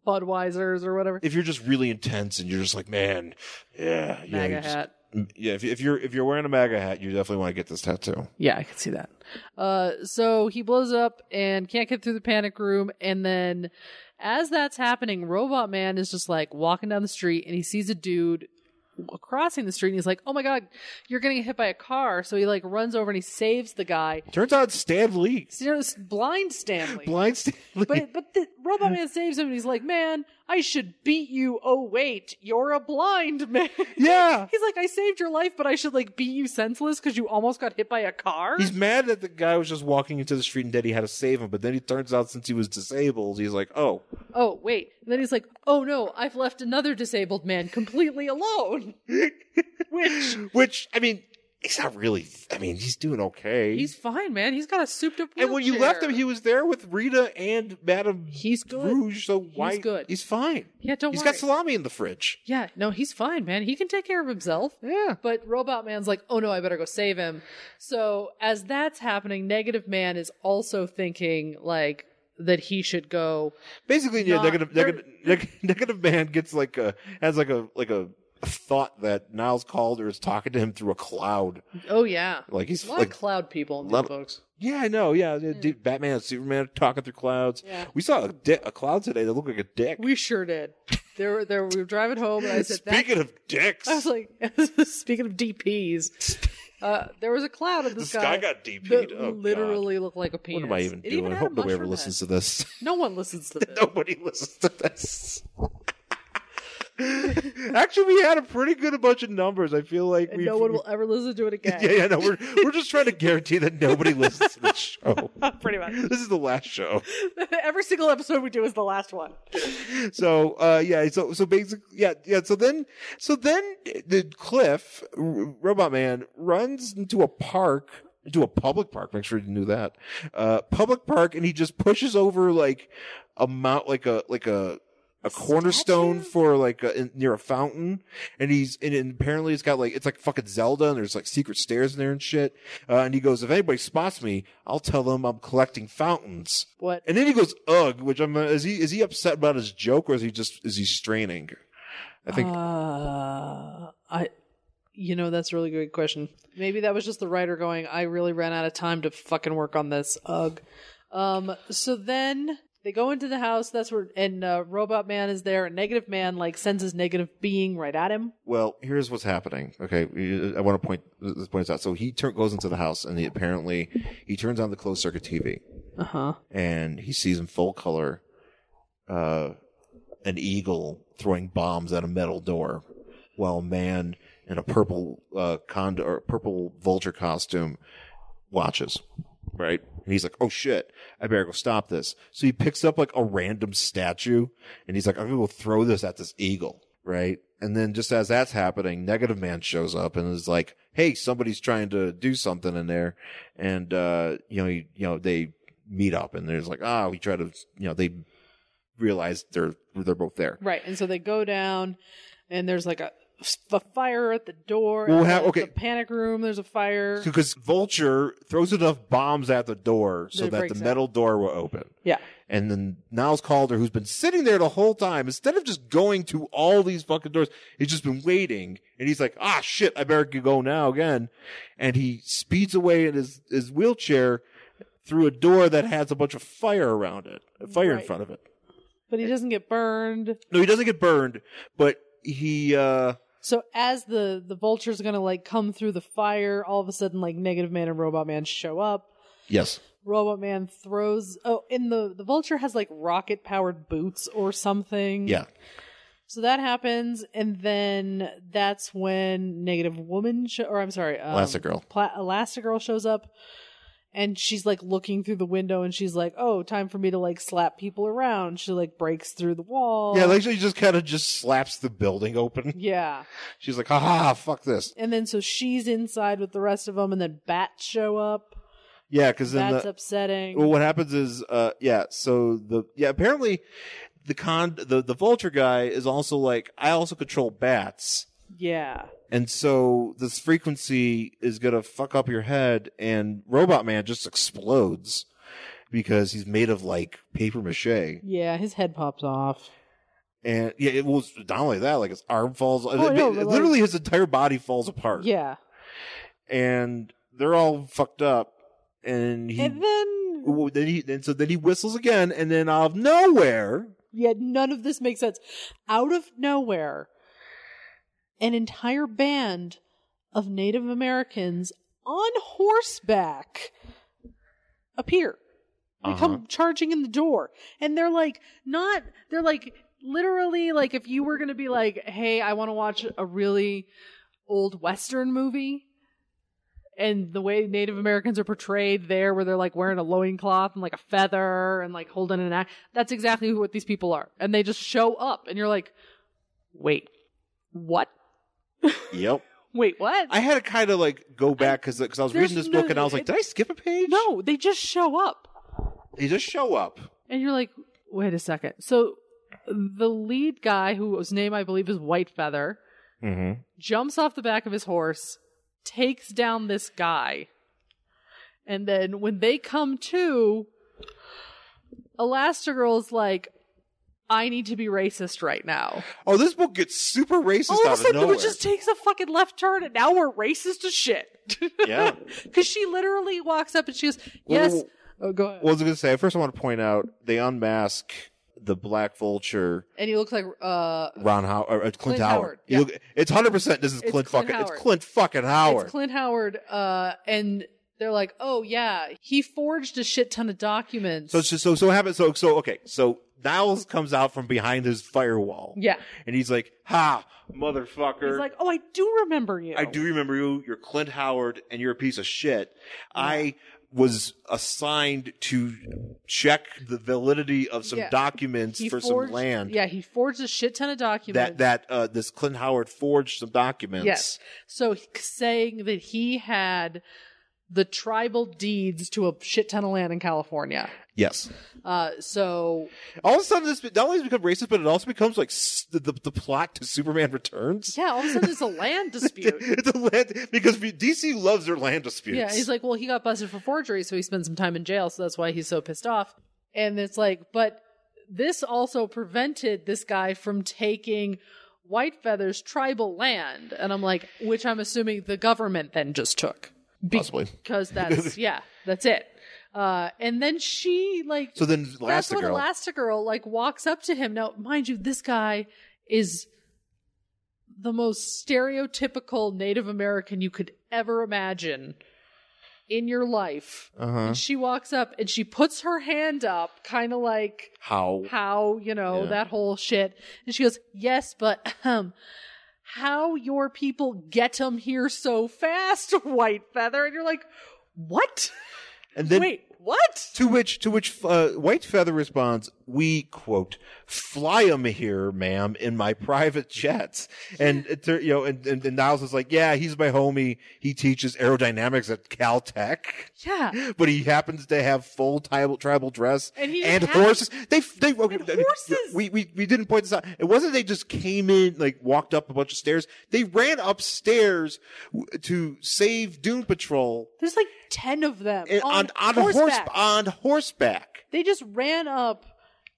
[SPEAKER 1] Budweisers or whatever.
[SPEAKER 2] if you're just really intense and you're just like, man, yeah, yeah,
[SPEAKER 1] MAGA
[SPEAKER 2] you just-
[SPEAKER 1] hat.
[SPEAKER 2] yeah. If, if you're if you're wearing a MAGA hat, you definitely want to get this tattoo.
[SPEAKER 1] Yeah, I can see that. Uh, so he blows up and can't get through the panic room. And then, as that's happening, Robot Man is just like walking down the street and he sees a dude w- crossing the street and he's like, Oh my God, you're getting hit by a car. So he like runs over and he saves the guy.
[SPEAKER 2] Turns out it's Stan Lee,
[SPEAKER 1] So there's blind
[SPEAKER 2] <laughs>
[SPEAKER 1] Stanley. <laughs>
[SPEAKER 2] blind Stan Lee. <laughs>
[SPEAKER 1] but but the Robot Man saves him and he's like, Man, I should beat you. Oh, wait, you're a blind man. <laughs>
[SPEAKER 2] yeah,
[SPEAKER 1] He's like, I saved your life, but I should like beat you senseless because you almost got hit by a car.
[SPEAKER 2] he's mad that the guy was just walking into the street and that he had to save him. But then he turns out since he was disabled, he's like,
[SPEAKER 1] <gasps>
[SPEAKER 2] oh,
[SPEAKER 1] <laughs> oh wait and then he's like oh no i've
[SPEAKER 2] <laughs>
[SPEAKER 1] left another disabled man completely alone which
[SPEAKER 2] which I mean, he's not really. I mean, he's doing okay.
[SPEAKER 1] He's fine, man. He's got a souped up.
[SPEAKER 2] and when you
[SPEAKER 1] wheelchair.
[SPEAKER 2] left him, he was there with Rita and Madame
[SPEAKER 1] He's good.
[SPEAKER 2] Rouge. So why?
[SPEAKER 1] good.
[SPEAKER 2] He's fine.
[SPEAKER 1] yeah, don't
[SPEAKER 2] He's
[SPEAKER 1] worry.
[SPEAKER 2] got salami in the fridge.
[SPEAKER 1] yeah, no, he's fine, man. He can take care of himself.
[SPEAKER 2] Yeah.
[SPEAKER 1] But Robot Man's like, oh no, I better go save him. So as that's happening, Negative Man is also thinking like that he should go.
[SPEAKER 2] Basically, yeah,
[SPEAKER 1] Not-
[SPEAKER 2] negative, negative, <laughs> neg- negative man gets like a has like a like a thought that Niles Calder is talking to him through a cloud.
[SPEAKER 1] Oh yeah,
[SPEAKER 2] Like he's
[SPEAKER 1] a lot
[SPEAKER 2] like,
[SPEAKER 1] of cloud people in
[SPEAKER 2] lot
[SPEAKER 1] these
[SPEAKER 2] of-
[SPEAKER 1] books.
[SPEAKER 2] yeah, I know, yeah, yeah, dude, Batman and Superman are talking through clouds.
[SPEAKER 1] Yeah.
[SPEAKER 2] We saw a, di- a cloud today that looked like a dick. <laughs>
[SPEAKER 1] We sure did. There, were- there. We were driving home, and I said, that
[SPEAKER 2] Speaking of
[SPEAKER 1] <laughs>
[SPEAKER 2] dicks,
[SPEAKER 1] I was like, <laughs> speaking of
[SPEAKER 2] <laughs>
[SPEAKER 1] DPs, uh, there was a cloud in the,
[SPEAKER 2] the
[SPEAKER 1] sky,
[SPEAKER 2] sky got deep.
[SPEAKER 1] that literally looked like a penis.
[SPEAKER 2] What am I even
[SPEAKER 1] It
[SPEAKER 2] doing? I
[SPEAKER 1] had a
[SPEAKER 2] hope nobody ever
[SPEAKER 1] mushroom
[SPEAKER 2] listens to this. <laughs>
[SPEAKER 1] head. No one listens to this.
[SPEAKER 2] Nobody listens to this. <laughs> Actually, we had a pretty good bunch of numbers. I feel like
[SPEAKER 1] and
[SPEAKER 2] we.
[SPEAKER 1] no one will ever listen
[SPEAKER 2] <laughs>
[SPEAKER 1] to it again.
[SPEAKER 2] Yeah, yeah, no. We're we're just trying to guarantee that nobody listens
[SPEAKER 1] <laughs>
[SPEAKER 2] to this show.
[SPEAKER 1] Pretty much.
[SPEAKER 2] This is the last show.
[SPEAKER 1] <laughs> Every single episode we do is the last one.
[SPEAKER 2] So, uh, yeah. So, so basically, yeah, yeah. So then, so then, the Cliff R- Robot Man runs into a park, into a public park. Make sure you knew that. Uh, public park, and he just pushes over like a mount, like a like a. A cornerstone for like a, in, near a fountain, and he's and, and apparently it's got like it's like fucking Zelda, and there's like secret stairs in there and shit. Uh, and he goes, if anybody spots me, I'll tell them I'm collecting fountains.
[SPEAKER 1] What?
[SPEAKER 2] And then he goes, "Ugh," which I'm. uh, Is he is he upset about his joke, or is he just is he straining? I think
[SPEAKER 1] Uh, I, you know, that's a really good question. Maybe that was just the writer going, I really ran out of time to fucking work on this. Ugh. Um, so then they go into the house. That's where, and uh, Robot Man is there. And Negative Man, like, sends his negative being right at him.
[SPEAKER 2] Well, here's what's happening. Okay, we- I want to point this point out. So he turn, goes into the house, and he apparently he turns on the closed circuit TV,
[SPEAKER 1] Uh huh.
[SPEAKER 2] and he sees in full color, uh, an eagle throwing bombs at a metal door, while a man in a purple uh condo or purple vulture costume watches. Right, and he's like, "Oh shit, I better go stop this." So he picks up like a random statue, and he's like, "I'm gonna go throw this at this eagle." Right, and then just as that's happening, Negative Man shows up and is like, "Hey, somebody's trying to do something in there," and uh, you know, he, you know, they meet up, and there's like, "Ah, we try to," you know, they realize they're they're both there.
[SPEAKER 1] Right. And so they go down, and there's like a, a fire at the door.
[SPEAKER 2] Well,
[SPEAKER 1] and
[SPEAKER 2] how-
[SPEAKER 1] the-
[SPEAKER 2] okay.
[SPEAKER 1] The panic room, there's a fire.
[SPEAKER 2] Because Vulture throws enough bombs at the door
[SPEAKER 1] That
[SPEAKER 2] so
[SPEAKER 1] it
[SPEAKER 2] that the
[SPEAKER 1] breaks out.
[SPEAKER 2] metal door will open.
[SPEAKER 1] Yeah.
[SPEAKER 2] And then Niles Calder, who's been sitting there the whole time, instead of just going to all these fucking doors, he's just been waiting. And he's like, ah, shit, I better go now again. And he speeds away in his, his wheelchair through a door that has a bunch of fire around it, fire in
[SPEAKER 1] Right.
[SPEAKER 2] front of it.
[SPEAKER 1] But he doesn't get burned.
[SPEAKER 2] No, he doesn't get burned, but he, uh,
[SPEAKER 1] So as the the vulture's gonna like come through the fire, all of a sudden like Negative Man and Robot Man show up.
[SPEAKER 2] yes.
[SPEAKER 1] Robot Man throws oh, and the the vulture has like rocket powered boots or something.
[SPEAKER 2] Yeah.
[SPEAKER 1] So that happens, and then that's when Negative Woman sho- or I'm sorry, um,
[SPEAKER 2] Elastigirl.
[SPEAKER 1] Pla- Elastigirl shows up, and she's like looking through the window, and she's like, "Oh, time for me to like slap people around." She like breaks through the wall.
[SPEAKER 2] Yeah, like she just kind of just slaps the building open. <laughs>
[SPEAKER 1] yeah.
[SPEAKER 2] She's like, ha ha, fuck this.
[SPEAKER 1] And then so she's inside with the rest of them, and then bats show up.
[SPEAKER 2] Yeah, because then
[SPEAKER 1] That's
[SPEAKER 2] the,
[SPEAKER 1] upsetting.
[SPEAKER 2] well, what happens is, uh, yeah, so the yeah, apparently the con the the vulture guy is also like, I also control bats,
[SPEAKER 1] yeah.
[SPEAKER 2] and so this frequency is gonna fuck up your head, and Robot Man just explodes because he's made of like paper mache,
[SPEAKER 1] Yeah, his head pops off.
[SPEAKER 2] and yeah, it was not only that, like his arm falls,
[SPEAKER 1] I know, but, Oh, like-
[SPEAKER 2] literally his entire body falls apart,
[SPEAKER 1] Yeah.
[SPEAKER 2] and they're all fucked up, and he.
[SPEAKER 1] And then
[SPEAKER 2] Ooh, then he then so then he whistles again, and then out of nowhere,
[SPEAKER 1] yeah, none of this makes sense. Out of nowhere, an entire band of Native Americans on horseback appear. They
[SPEAKER 2] Uh-huh.
[SPEAKER 1] come charging in the door. And they're like, not, they're like, literally, like, if you were going to be like, hey, I want to watch a really old Western movie. And the way Native Americans are portrayed there, where they're like wearing a loincloth and like a feather and like holding an axe, that's exactly who- what these people are. And they just show up, and you're like, wait, what?
[SPEAKER 2] Yep.
[SPEAKER 1] Wait, what?
[SPEAKER 2] I had to kind of like go back because I was
[SPEAKER 1] There's
[SPEAKER 2] reading this
[SPEAKER 1] no-
[SPEAKER 2] book and I was like, did I skip a page?
[SPEAKER 1] no, they just show up.
[SPEAKER 2] They just show up.
[SPEAKER 1] And you're like, wait a second. So the lead guy, whose name I believe is White Feather,
[SPEAKER 2] Mm-hmm.
[SPEAKER 1] jumps off the back of his horse, takes down this guy. And then when they come to, Elastigirl's like, I need to be racist right now.
[SPEAKER 2] Oh, this book gets super racist
[SPEAKER 1] All of
[SPEAKER 2] out
[SPEAKER 1] a
[SPEAKER 2] of,
[SPEAKER 1] sudden,
[SPEAKER 2] nowhere.
[SPEAKER 1] it just takes a fucking left turn, and now we're racist as shit.
[SPEAKER 2] <laughs> yeah.
[SPEAKER 1] Because she literally walks up and she goes,
[SPEAKER 2] Well,
[SPEAKER 1] Yes. oh, go ahead.
[SPEAKER 2] Well, I was going to say, first I want to point out they unmask the Black Vulture,
[SPEAKER 1] and he looks like, uh,
[SPEAKER 2] Ron Howard, or uh, Clint,
[SPEAKER 1] Clint
[SPEAKER 2] Howard.
[SPEAKER 1] Howard,
[SPEAKER 2] You
[SPEAKER 1] yeah.
[SPEAKER 2] look- it's 100% this is
[SPEAKER 1] It's
[SPEAKER 2] Clint,
[SPEAKER 1] Clint
[SPEAKER 2] fucking,
[SPEAKER 1] Howard.
[SPEAKER 2] it's Clint fucking Howard.
[SPEAKER 1] It's Clint Howard, uh, and they're like, "Oh yeah, he forged a shit ton of documents."
[SPEAKER 2] so, so, so, so, happen, so, so, okay. So Niles comes out from behind his firewall.
[SPEAKER 1] yeah,
[SPEAKER 2] And he's like, ha, motherfucker.
[SPEAKER 1] he's like, "Oh, I do remember you."
[SPEAKER 2] I do remember you. You're Clint Howard, and you're a piece of shit. I was assigned to check the validity of some
[SPEAKER 1] Yeah.
[SPEAKER 2] documents
[SPEAKER 1] He
[SPEAKER 2] for
[SPEAKER 1] forged-
[SPEAKER 2] some land
[SPEAKER 1] Yeah, he forged a shit ton of documents.
[SPEAKER 2] that that uh, this Clint Howard forged some documents.
[SPEAKER 1] yes. So he- saying that he had the tribal deeds to a shit ton of land in California.
[SPEAKER 2] Yes.
[SPEAKER 1] Uh, so
[SPEAKER 2] All of a sudden, this not only has become racist, but it also becomes like s- the, the the plot to Superman <laughs> Returns.
[SPEAKER 1] yeah, all of a sudden it's a
[SPEAKER 2] <laughs>
[SPEAKER 1] land dispute.
[SPEAKER 2] it's a land because we- DC loves their land disputes.
[SPEAKER 1] Yeah, he's like, well, he got busted for forgery, so he spent some time in jail, so that's why he's so pissed off. And it's like, but this also prevented this guy from taking White Feather's tribal land, and I'm like, which I'm assuming the government then just took
[SPEAKER 2] possibly.
[SPEAKER 1] because that's yeah, that's it. Uh, and then she like
[SPEAKER 2] So then,
[SPEAKER 1] that's when
[SPEAKER 2] Elastigirl.
[SPEAKER 1] Elastigirl like walks up to him. Now, mind you, this guy is the most stereotypical Native American you could ever imagine in your life.
[SPEAKER 2] Uh huh.
[SPEAKER 1] And she walks up and she puts her hand up, kind of like
[SPEAKER 2] How?
[SPEAKER 1] how you know
[SPEAKER 2] Yeah.
[SPEAKER 1] that whole shit. And she goes, "Yes, but um." How your people get them here so fast, <laughs> White Feather? And you're like, what?
[SPEAKER 2] And then
[SPEAKER 1] Wait, what?
[SPEAKER 2] To which, to which, uh, White Feather responds, "We quote fly 'em here, ma'am, in my private jets." And it tur- you know, and, and, and Niles is like, "Yeah, he's my homie. He teaches aerodynamics at Caltech,
[SPEAKER 1] Yeah.
[SPEAKER 2] but he happens to have full tribal tribal dress
[SPEAKER 1] And he has-
[SPEAKER 2] horses. They they okay, I mean,
[SPEAKER 1] horses!
[SPEAKER 2] We, we we didn't point this out. It wasn't they just came in like walked up a bunch of stairs. They ran upstairs w- to save Doom Patrol
[SPEAKER 1] There's like ten of them
[SPEAKER 2] and-
[SPEAKER 1] on,
[SPEAKER 2] on on
[SPEAKER 1] horseback.
[SPEAKER 2] horse on horseback."
[SPEAKER 1] they just ran up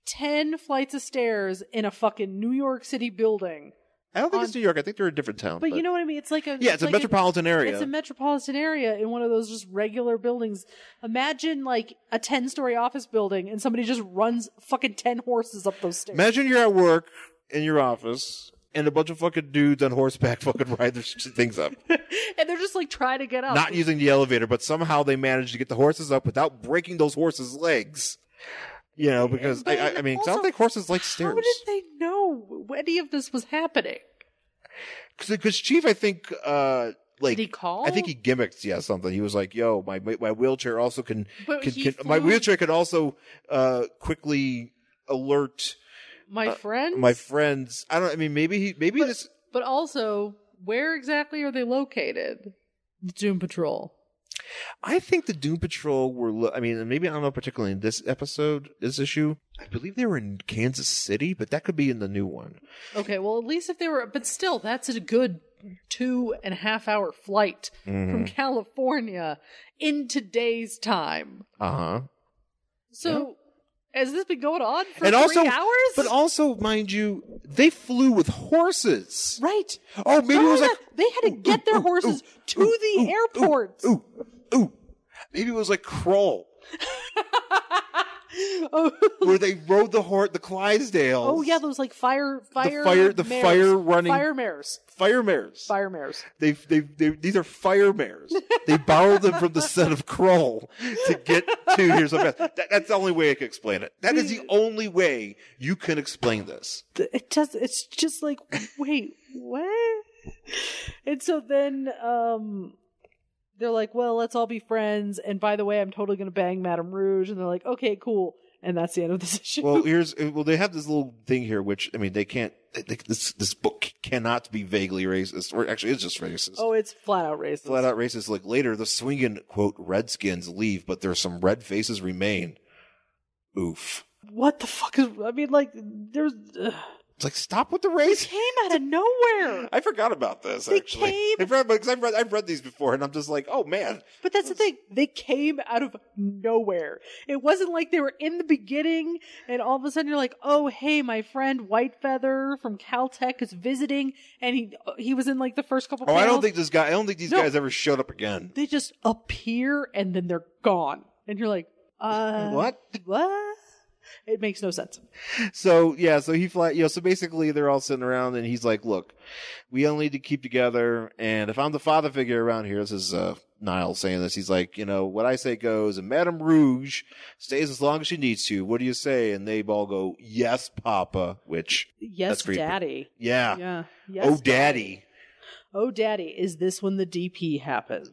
[SPEAKER 1] ten flights of stairs in a fucking New York City building.
[SPEAKER 2] I don't think
[SPEAKER 1] on-
[SPEAKER 2] it's New York. I think they're a different town.
[SPEAKER 1] But, you know what I mean? It's like a
[SPEAKER 2] yeah, it's, a
[SPEAKER 1] like
[SPEAKER 2] metropolitan area.
[SPEAKER 1] It's a metropolitan area in one of those just regular buildings. Imagine like a ten-story office building, and somebody just runs fucking ten horses up those stairs.
[SPEAKER 2] Imagine you're at work in your office and a bunch of fucking dudes on horseback <laughs> fucking ride their sh- things up.
[SPEAKER 1] <laughs> and they're just like trying to get up.
[SPEAKER 2] Not using the elevator, but somehow they managed to get the horses up without breaking those horses' legs. You know, because I,
[SPEAKER 1] But-
[SPEAKER 2] I, I mean, 'cause I
[SPEAKER 1] also,
[SPEAKER 2] don't think horses like stairs.
[SPEAKER 1] How did they know any of this was happening?
[SPEAKER 2] Because Chief, I think, uh, like
[SPEAKER 1] Did he call?
[SPEAKER 2] I think he gimmicked, yeah, something. He was like, "Yo, my my wheelchair also can,
[SPEAKER 1] But
[SPEAKER 2] can,
[SPEAKER 1] he
[SPEAKER 2] can my
[SPEAKER 1] flew-
[SPEAKER 2] wheelchair can also uh quickly alert
[SPEAKER 1] my friend.
[SPEAKER 2] Uh, my friends. I don't. I mean, maybe he. Maybe this.
[SPEAKER 1] But also, where exactly are they located? The Doom Patrol.
[SPEAKER 2] I think the Doom Patrol were. lo- I mean, and maybe I don't know particularly in this episode, this issue. I believe they were in Kansas City, but that could be in the new one.
[SPEAKER 1] Okay, well, at least if they were, but still, that's a good two and a half hour flight
[SPEAKER 2] Mm-hmm.
[SPEAKER 1] from California in today's time.
[SPEAKER 2] Uh huh.
[SPEAKER 1] So, has this been going on for
[SPEAKER 2] And
[SPEAKER 1] three
[SPEAKER 2] also,
[SPEAKER 1] hours?
[SPEAKER 2] but also, mind you, they flew with horses.
[SPEAKER 1] right.
[SPEAKER 2] Oh, maybe
[SPEAKER 1] Not
[SPEAKER 2] it was
[SPEAKER 1] only
[SPEAKER 2] like
[SPEAKER 1] that, they had to get their horses to the airport.
[SPEAKER 2] ooh, ooh. Maybe it was like Kroll,
[SPEAKER 1] Oh,
[SPEAKER 2] where they rode the horse, the Clydesdales.
[SPEAKER 1] <laughs> oh, yeah, those like fire, fire,
[SPEAKER 2] fire- the
[SPEAKER 1] mares.
[SPEAKER 2] fire running-
[SPEAKER 1] fire mares,
[SPEAKER 2] fire mares.
[SPEAKER 1] fire mares.
[SPEAKER 2] They, they, they, these are fire mares. They borrowed them from the set of Kroll to get to here's a that, That's the only way I can explain it. That is the only way you can explain this.
[SPEAKER 1] th- it does it's just like wait what and so then um they're like well let's all be friends and by the way i'm totally gonna bang madame rouge and they're like okay cool and that's the <laughs> end of this issue.
[SPEAKER 2] Well, here's well, they have this little thing here, which I mean, they can't. They, this this book cannot be vaguely racist, or actually, it's just racist.
[SPEAKER 1] oh, it's flat out racist.
[SPEAKER 2] Flat out racist. Like later, the swinging quote Redskins leave, but there's some red faces remain. Oof!
[SPEAKER 1] What the fuck is? I mean, like, there's ugh.
[SPEAKER 2] It's like stop with the race.
[SPEAKER 1] came out of nowhere.
[SPEAKER 2] I forgot about this
[SPEAKER 1] They
[SPEAKER 2] actually.
[SPEAKER 1] came-
[SPEAKER 2] I've read because I've read I've read these before, and I'm just like, oh man,
[SPEAKER 1] But that's the thing; they came out of nowhere. It wasn't like they were in the beginning, and all of a sudden you're like, "Oh, hey, my friend Whitefeather from Caltech is visiting," and he he was in like the first couple.
[SPEAKER 2] Oh, I don't
[SPEAKER 1] panels.
[SPEAKER 2] think this guy. I don't think these
[SPEAKER 1] No.
[SPEAKER 2] guys ever showed up again.
[SPEAKER 1] they just appear and then they're gone, and you're like, "Uh,
[SPEAKER 2] what?
[SPEAKER 1] What?" It makes no sense.
[SPEAKER 2] So yeah, so he fly. You know, so basically they're all sitting around, and he's like, "Look, we all need to keep together. And if I'm the father figure around here, this is uh, Niall saying this. He's like, you know, what I say goes, and Madame Rouge stays as long as she needs to. What do you say? And they all go, "Yes, Papa." Which,
[SPEAKER 1] Yes,
[SPEAKER 2] That's creepy.
[SPEAKER 1] Daddy.
[SPEAKER 2] yeah,
[SPEAKER 1] Yeah. Yes,
[SPEAKER 2] oh, Daddy.
[SPEAKER 1] Oh, Daddy. Is this when the DP happens?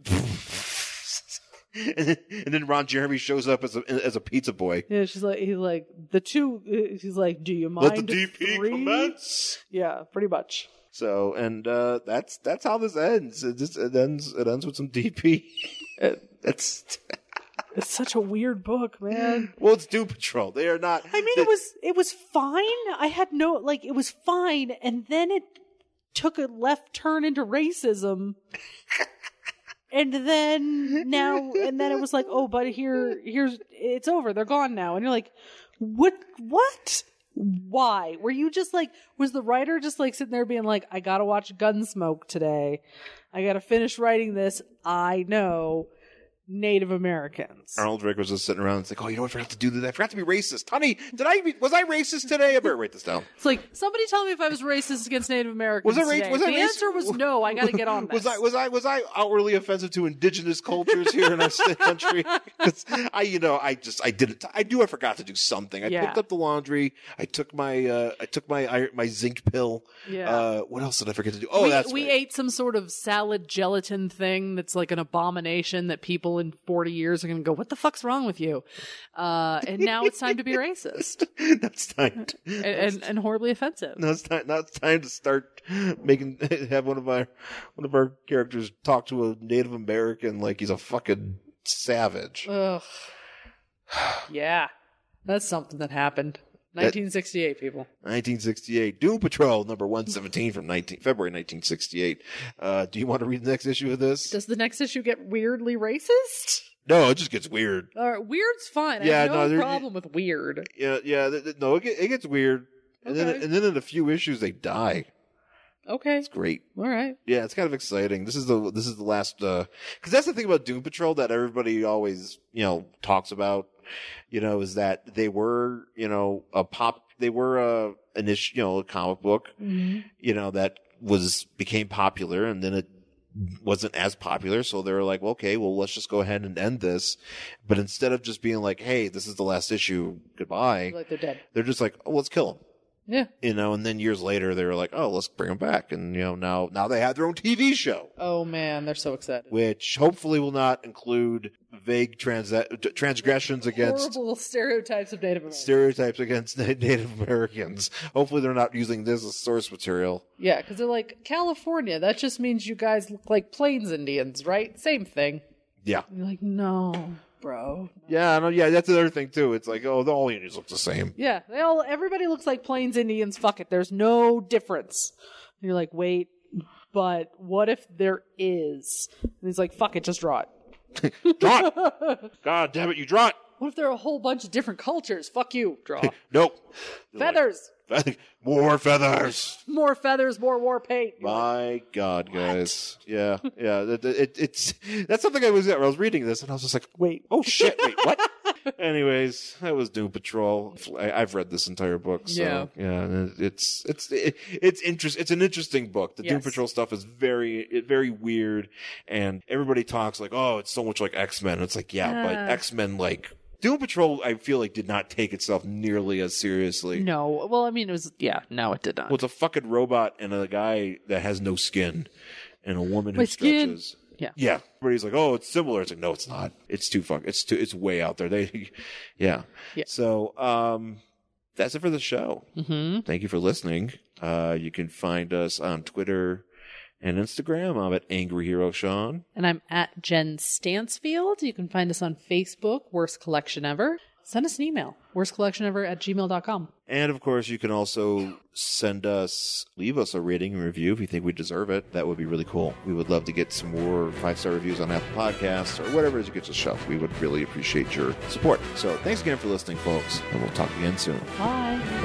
[SPEAKER 2] <laughs> and, then, and then Ron Jeremy shows up as a as a pizza boy.
[SPEAKER 1] Yeah, she's like, he's like, the two, he's like, do you mind?
[SPEAKER 2] Let the DP
[SPEAKER 1] three?
[SPEAKER 2] commence.
[SPEAKER 1] Yeah, pretty much.
[SPEAKER 2] So, and uh, that's that's how this ends. It just it ends it ends with
[SPEAKER 1] <laughs>
[SPEAKER 2] some DP. It- that's
[SPEAKER 1] It's such a weird book, man.
[SPEAKER 2] well, it's Doom Patrol. They are not.
[SPEAKER 1] I mean, it was, it was fine. I had no, like, it was fine. And then it took a left turn into racism. And then now, and then it was like, oh, but here, here's, it's over. They're gone now. And you're like, what, what? Why? Were you just like, was the writer just like sitting there being like, I gotta watch Gunsmoke today. I gotta finish writing this. I know Native Americans.
[SPEAKER 2] Arnold Drake was just sitting around. It's like, oh, you know, what? I forgot to do that. I forgot to be racist, honey. Did I? Be, was I racist today? I better write this down.
[SPEAKER 1] It's like, somebody tell me if I was racist against Native Americans.
[SPEAKER 2] Was I ra-
[SPEAKER 1] today.
[SPEAKER 2] was I
[SPEAKER 1] the
[SPEAKER 2] raci-
[SPEAKER 1] answer was no. I gotta get on this.
[SPEAKER 2] <laughs> Was I? Was I? Was I outwardly offensive to indigenous cultures here in our st-
[SPEAKER 1] <laughs>
[SPEAKER 2] country? 'Cause I, you know, I just I did it. I do. I forgot to do something. I
[SPEAKER 1] Yeah.
[SPEAKER 2] picked up the laundry. I took my uh I took my ir- my zinc pill.
[SPEAKER 1] Yeah.
[SPEAKER 2] Uh, what else did I forget to do? Oh,
[SPEAKER 1] we,
[SPEAKER 2] that's
[SPEAKER 1] we
[SPEAKER 2] right.
[SPEAKER 1] ate some sort of salad gelatin thing that's like an abomination that people in 40 years are going to go, what the fuck's wrong with you? Uh, and now it's time to
[SPEAKER 2] <laughs>
[SPEAKER 1] be racist
[SPEAKER 2] that's time. To,
[SPEAKER 1] and, <laughs> and, and horribly offensive.
[SPEAKER 2] now it's time. Now it's time to start making <laughs> have one of our one of our characters talk to a Native American like he's a fucking savage.
[SPEAKER 1] Ugh.
[SPEAKER 2] <sighs>
[SPEAKER 1] Yeah. That's something that happened. 1968, people.
[SPEAKER 2] 1968 Doom Patrol number 117 from 19 February 1968. Uh, do you want to read the next issue of this?
[SPEAKER 1] Does the next issue get weirdly racist?
[SPEAKER 2] no, it just gets weird.
[SPEAKER 1] All right, weird's fine. I
[SPEAKER 2] Yeah,
[SPEAKER 1] have
[SPEAKER 2] no,
[SPEAKER 1] no,
[SPEAKER 2] there-
[SPEAKER 1] problem with weird.
[SPEAKER 2] Yeah, yeah. Th- th- no, it, get, it gets weird. And then
[SPEAKER 1] Okay.
[SPEAKER 2] and then in a few issues they die.
[SPEAKER 1] Okay.
[SPEAKER 2] It's great.
[SPEAKER 1] All right.
[SPEAKER 2] Yeah, it's kind of exciting. This is the this is the last because that's the thing about Doom Patrol that everybody always you know talks about. You know, is that they were you know a pop they were a an issue you know a comic book
[SPEAKER 1] Mm-hmm.
[SPEAKER 2] you know that was became popular and then it wasn't as popular so they were like well, okay well let's just go ahead and end this but instead of just being like hey this is the last issue goodbye
[SPEAKER 1] Like they're dead.
[SPEAKER 2] they're just like oh let's kill him
[SPEAKER 1] Yeah.
[SPEAKER 2] you know, and then years later they were like, oh, let's bring them back, and you know now now they have their own TV show,
[SPEAKER 1] Oh, man. They're so excited.
[SPEAKER 2] which hopefully will not include vague trans- transgressions against
[SPEAKER 1] Horrible stereotypes of Native Americans.
[SPEAKER 2] stereotypes against <laughs> Na- Native Americans. Hopefully they're not using this as source material.
[SPEAKER 1] Yeah, because they're like California. That just means you guys look like Plains Indians, right? Same thing.
[SPEAKER 2] Yeah,
[SPEAKER 1] And you're like, no, bro.
[SPEAKER 2] yeah, I know. Yeah, that's another thing too. It's like, oh, the all Indians look the same.
[SPEAKER 1] Yeah, they all. Everybody looks like Plains Indians. Fuck it. There's no difference. And you're like, wait, but what if there is? And he's like, fuck it, just draw it.
[SPEAKER 2] Draw it. God damn it, you draw it.
[SPEAKER 1] What if there are a whole bunch of different cultures? Fuck you. Draw
[SPEAKER 2] Nope. <laughs>
[SPEAKER 1] feathers,
[SPEAKER 2] More feathers.
[SPEAKER 1] more feathers, more war paint.
[SPEAKER 2] My God, guys. Yeah, yeah. It, it- it's that's something I was I was reading this and I was just like,
[SPEAKER 1] Wait.
[SPEAKER 2] oh shit,
[SPEAKER 1] <laughs>
[SPEAKER 2] wait, what? Anyways, that was Doom Patrol. I, I've read this entire book, so
[SPEAKER 1] Yeah.
[SPEAKER 2] yeah, and it- it's it's it, it's interest. It's an interesting book. The Doom
[SPEAKER 1] Yes.
[SPEAKER 2] Patrol stuff is very it- very weird, and everybody talks like, oh, it's so much like X Men. It's like, yeah, but
[SPEAKER 1] Ah.
[SPEAKER 2] X Men like. Doom Patrol, I feel like, did not take itself nearly as seriously.
[SPEAKER 1] No. Well, I mean, it was. Yeah. No, it did not.
[SPEAKER 2] Well, it's a fucking robot and a guy that has no skin and a woman
[SPEAKER 1] My
[SPEAKER 2] who
[SPEAKER 1] skin.
[SPEAKER 2] stretches.
[SPEAKER 1] Yeah.
[SPEAKER 2] Yeah. Everybody's like, oh, it's similar. It's like, no, it's not. It's too fuck. It's too. It's way out there. They, <laughs> yeah.
[SPEAKER 1] Yeah.
[SPEAKER 2] So, um, that's it for the show.
[SPEAKER 1] Mm-hmm.
[SPEAKER 2] Thank you for listening. Uh, you can find us on Twitter and Instagram. I'm at Angry Hero Sean.
[SPEAKER 1] And I'm at Jen Stansfield. You can find us on Facebook, Worst Collection Ever. Send us an email, worstcollectionever at gmail.com.
[SPEAKER 2] And of course, you can also send us, leave us a rating and review if you think we deserve it. That would be really cool. We would love to get some more five star reviews on Apple Podcasts or whatever it is you get to show. We would really appreciate your support. So thanks again for listening, folks, and we'll talk again soon.
[SPEAKER 1] Bye.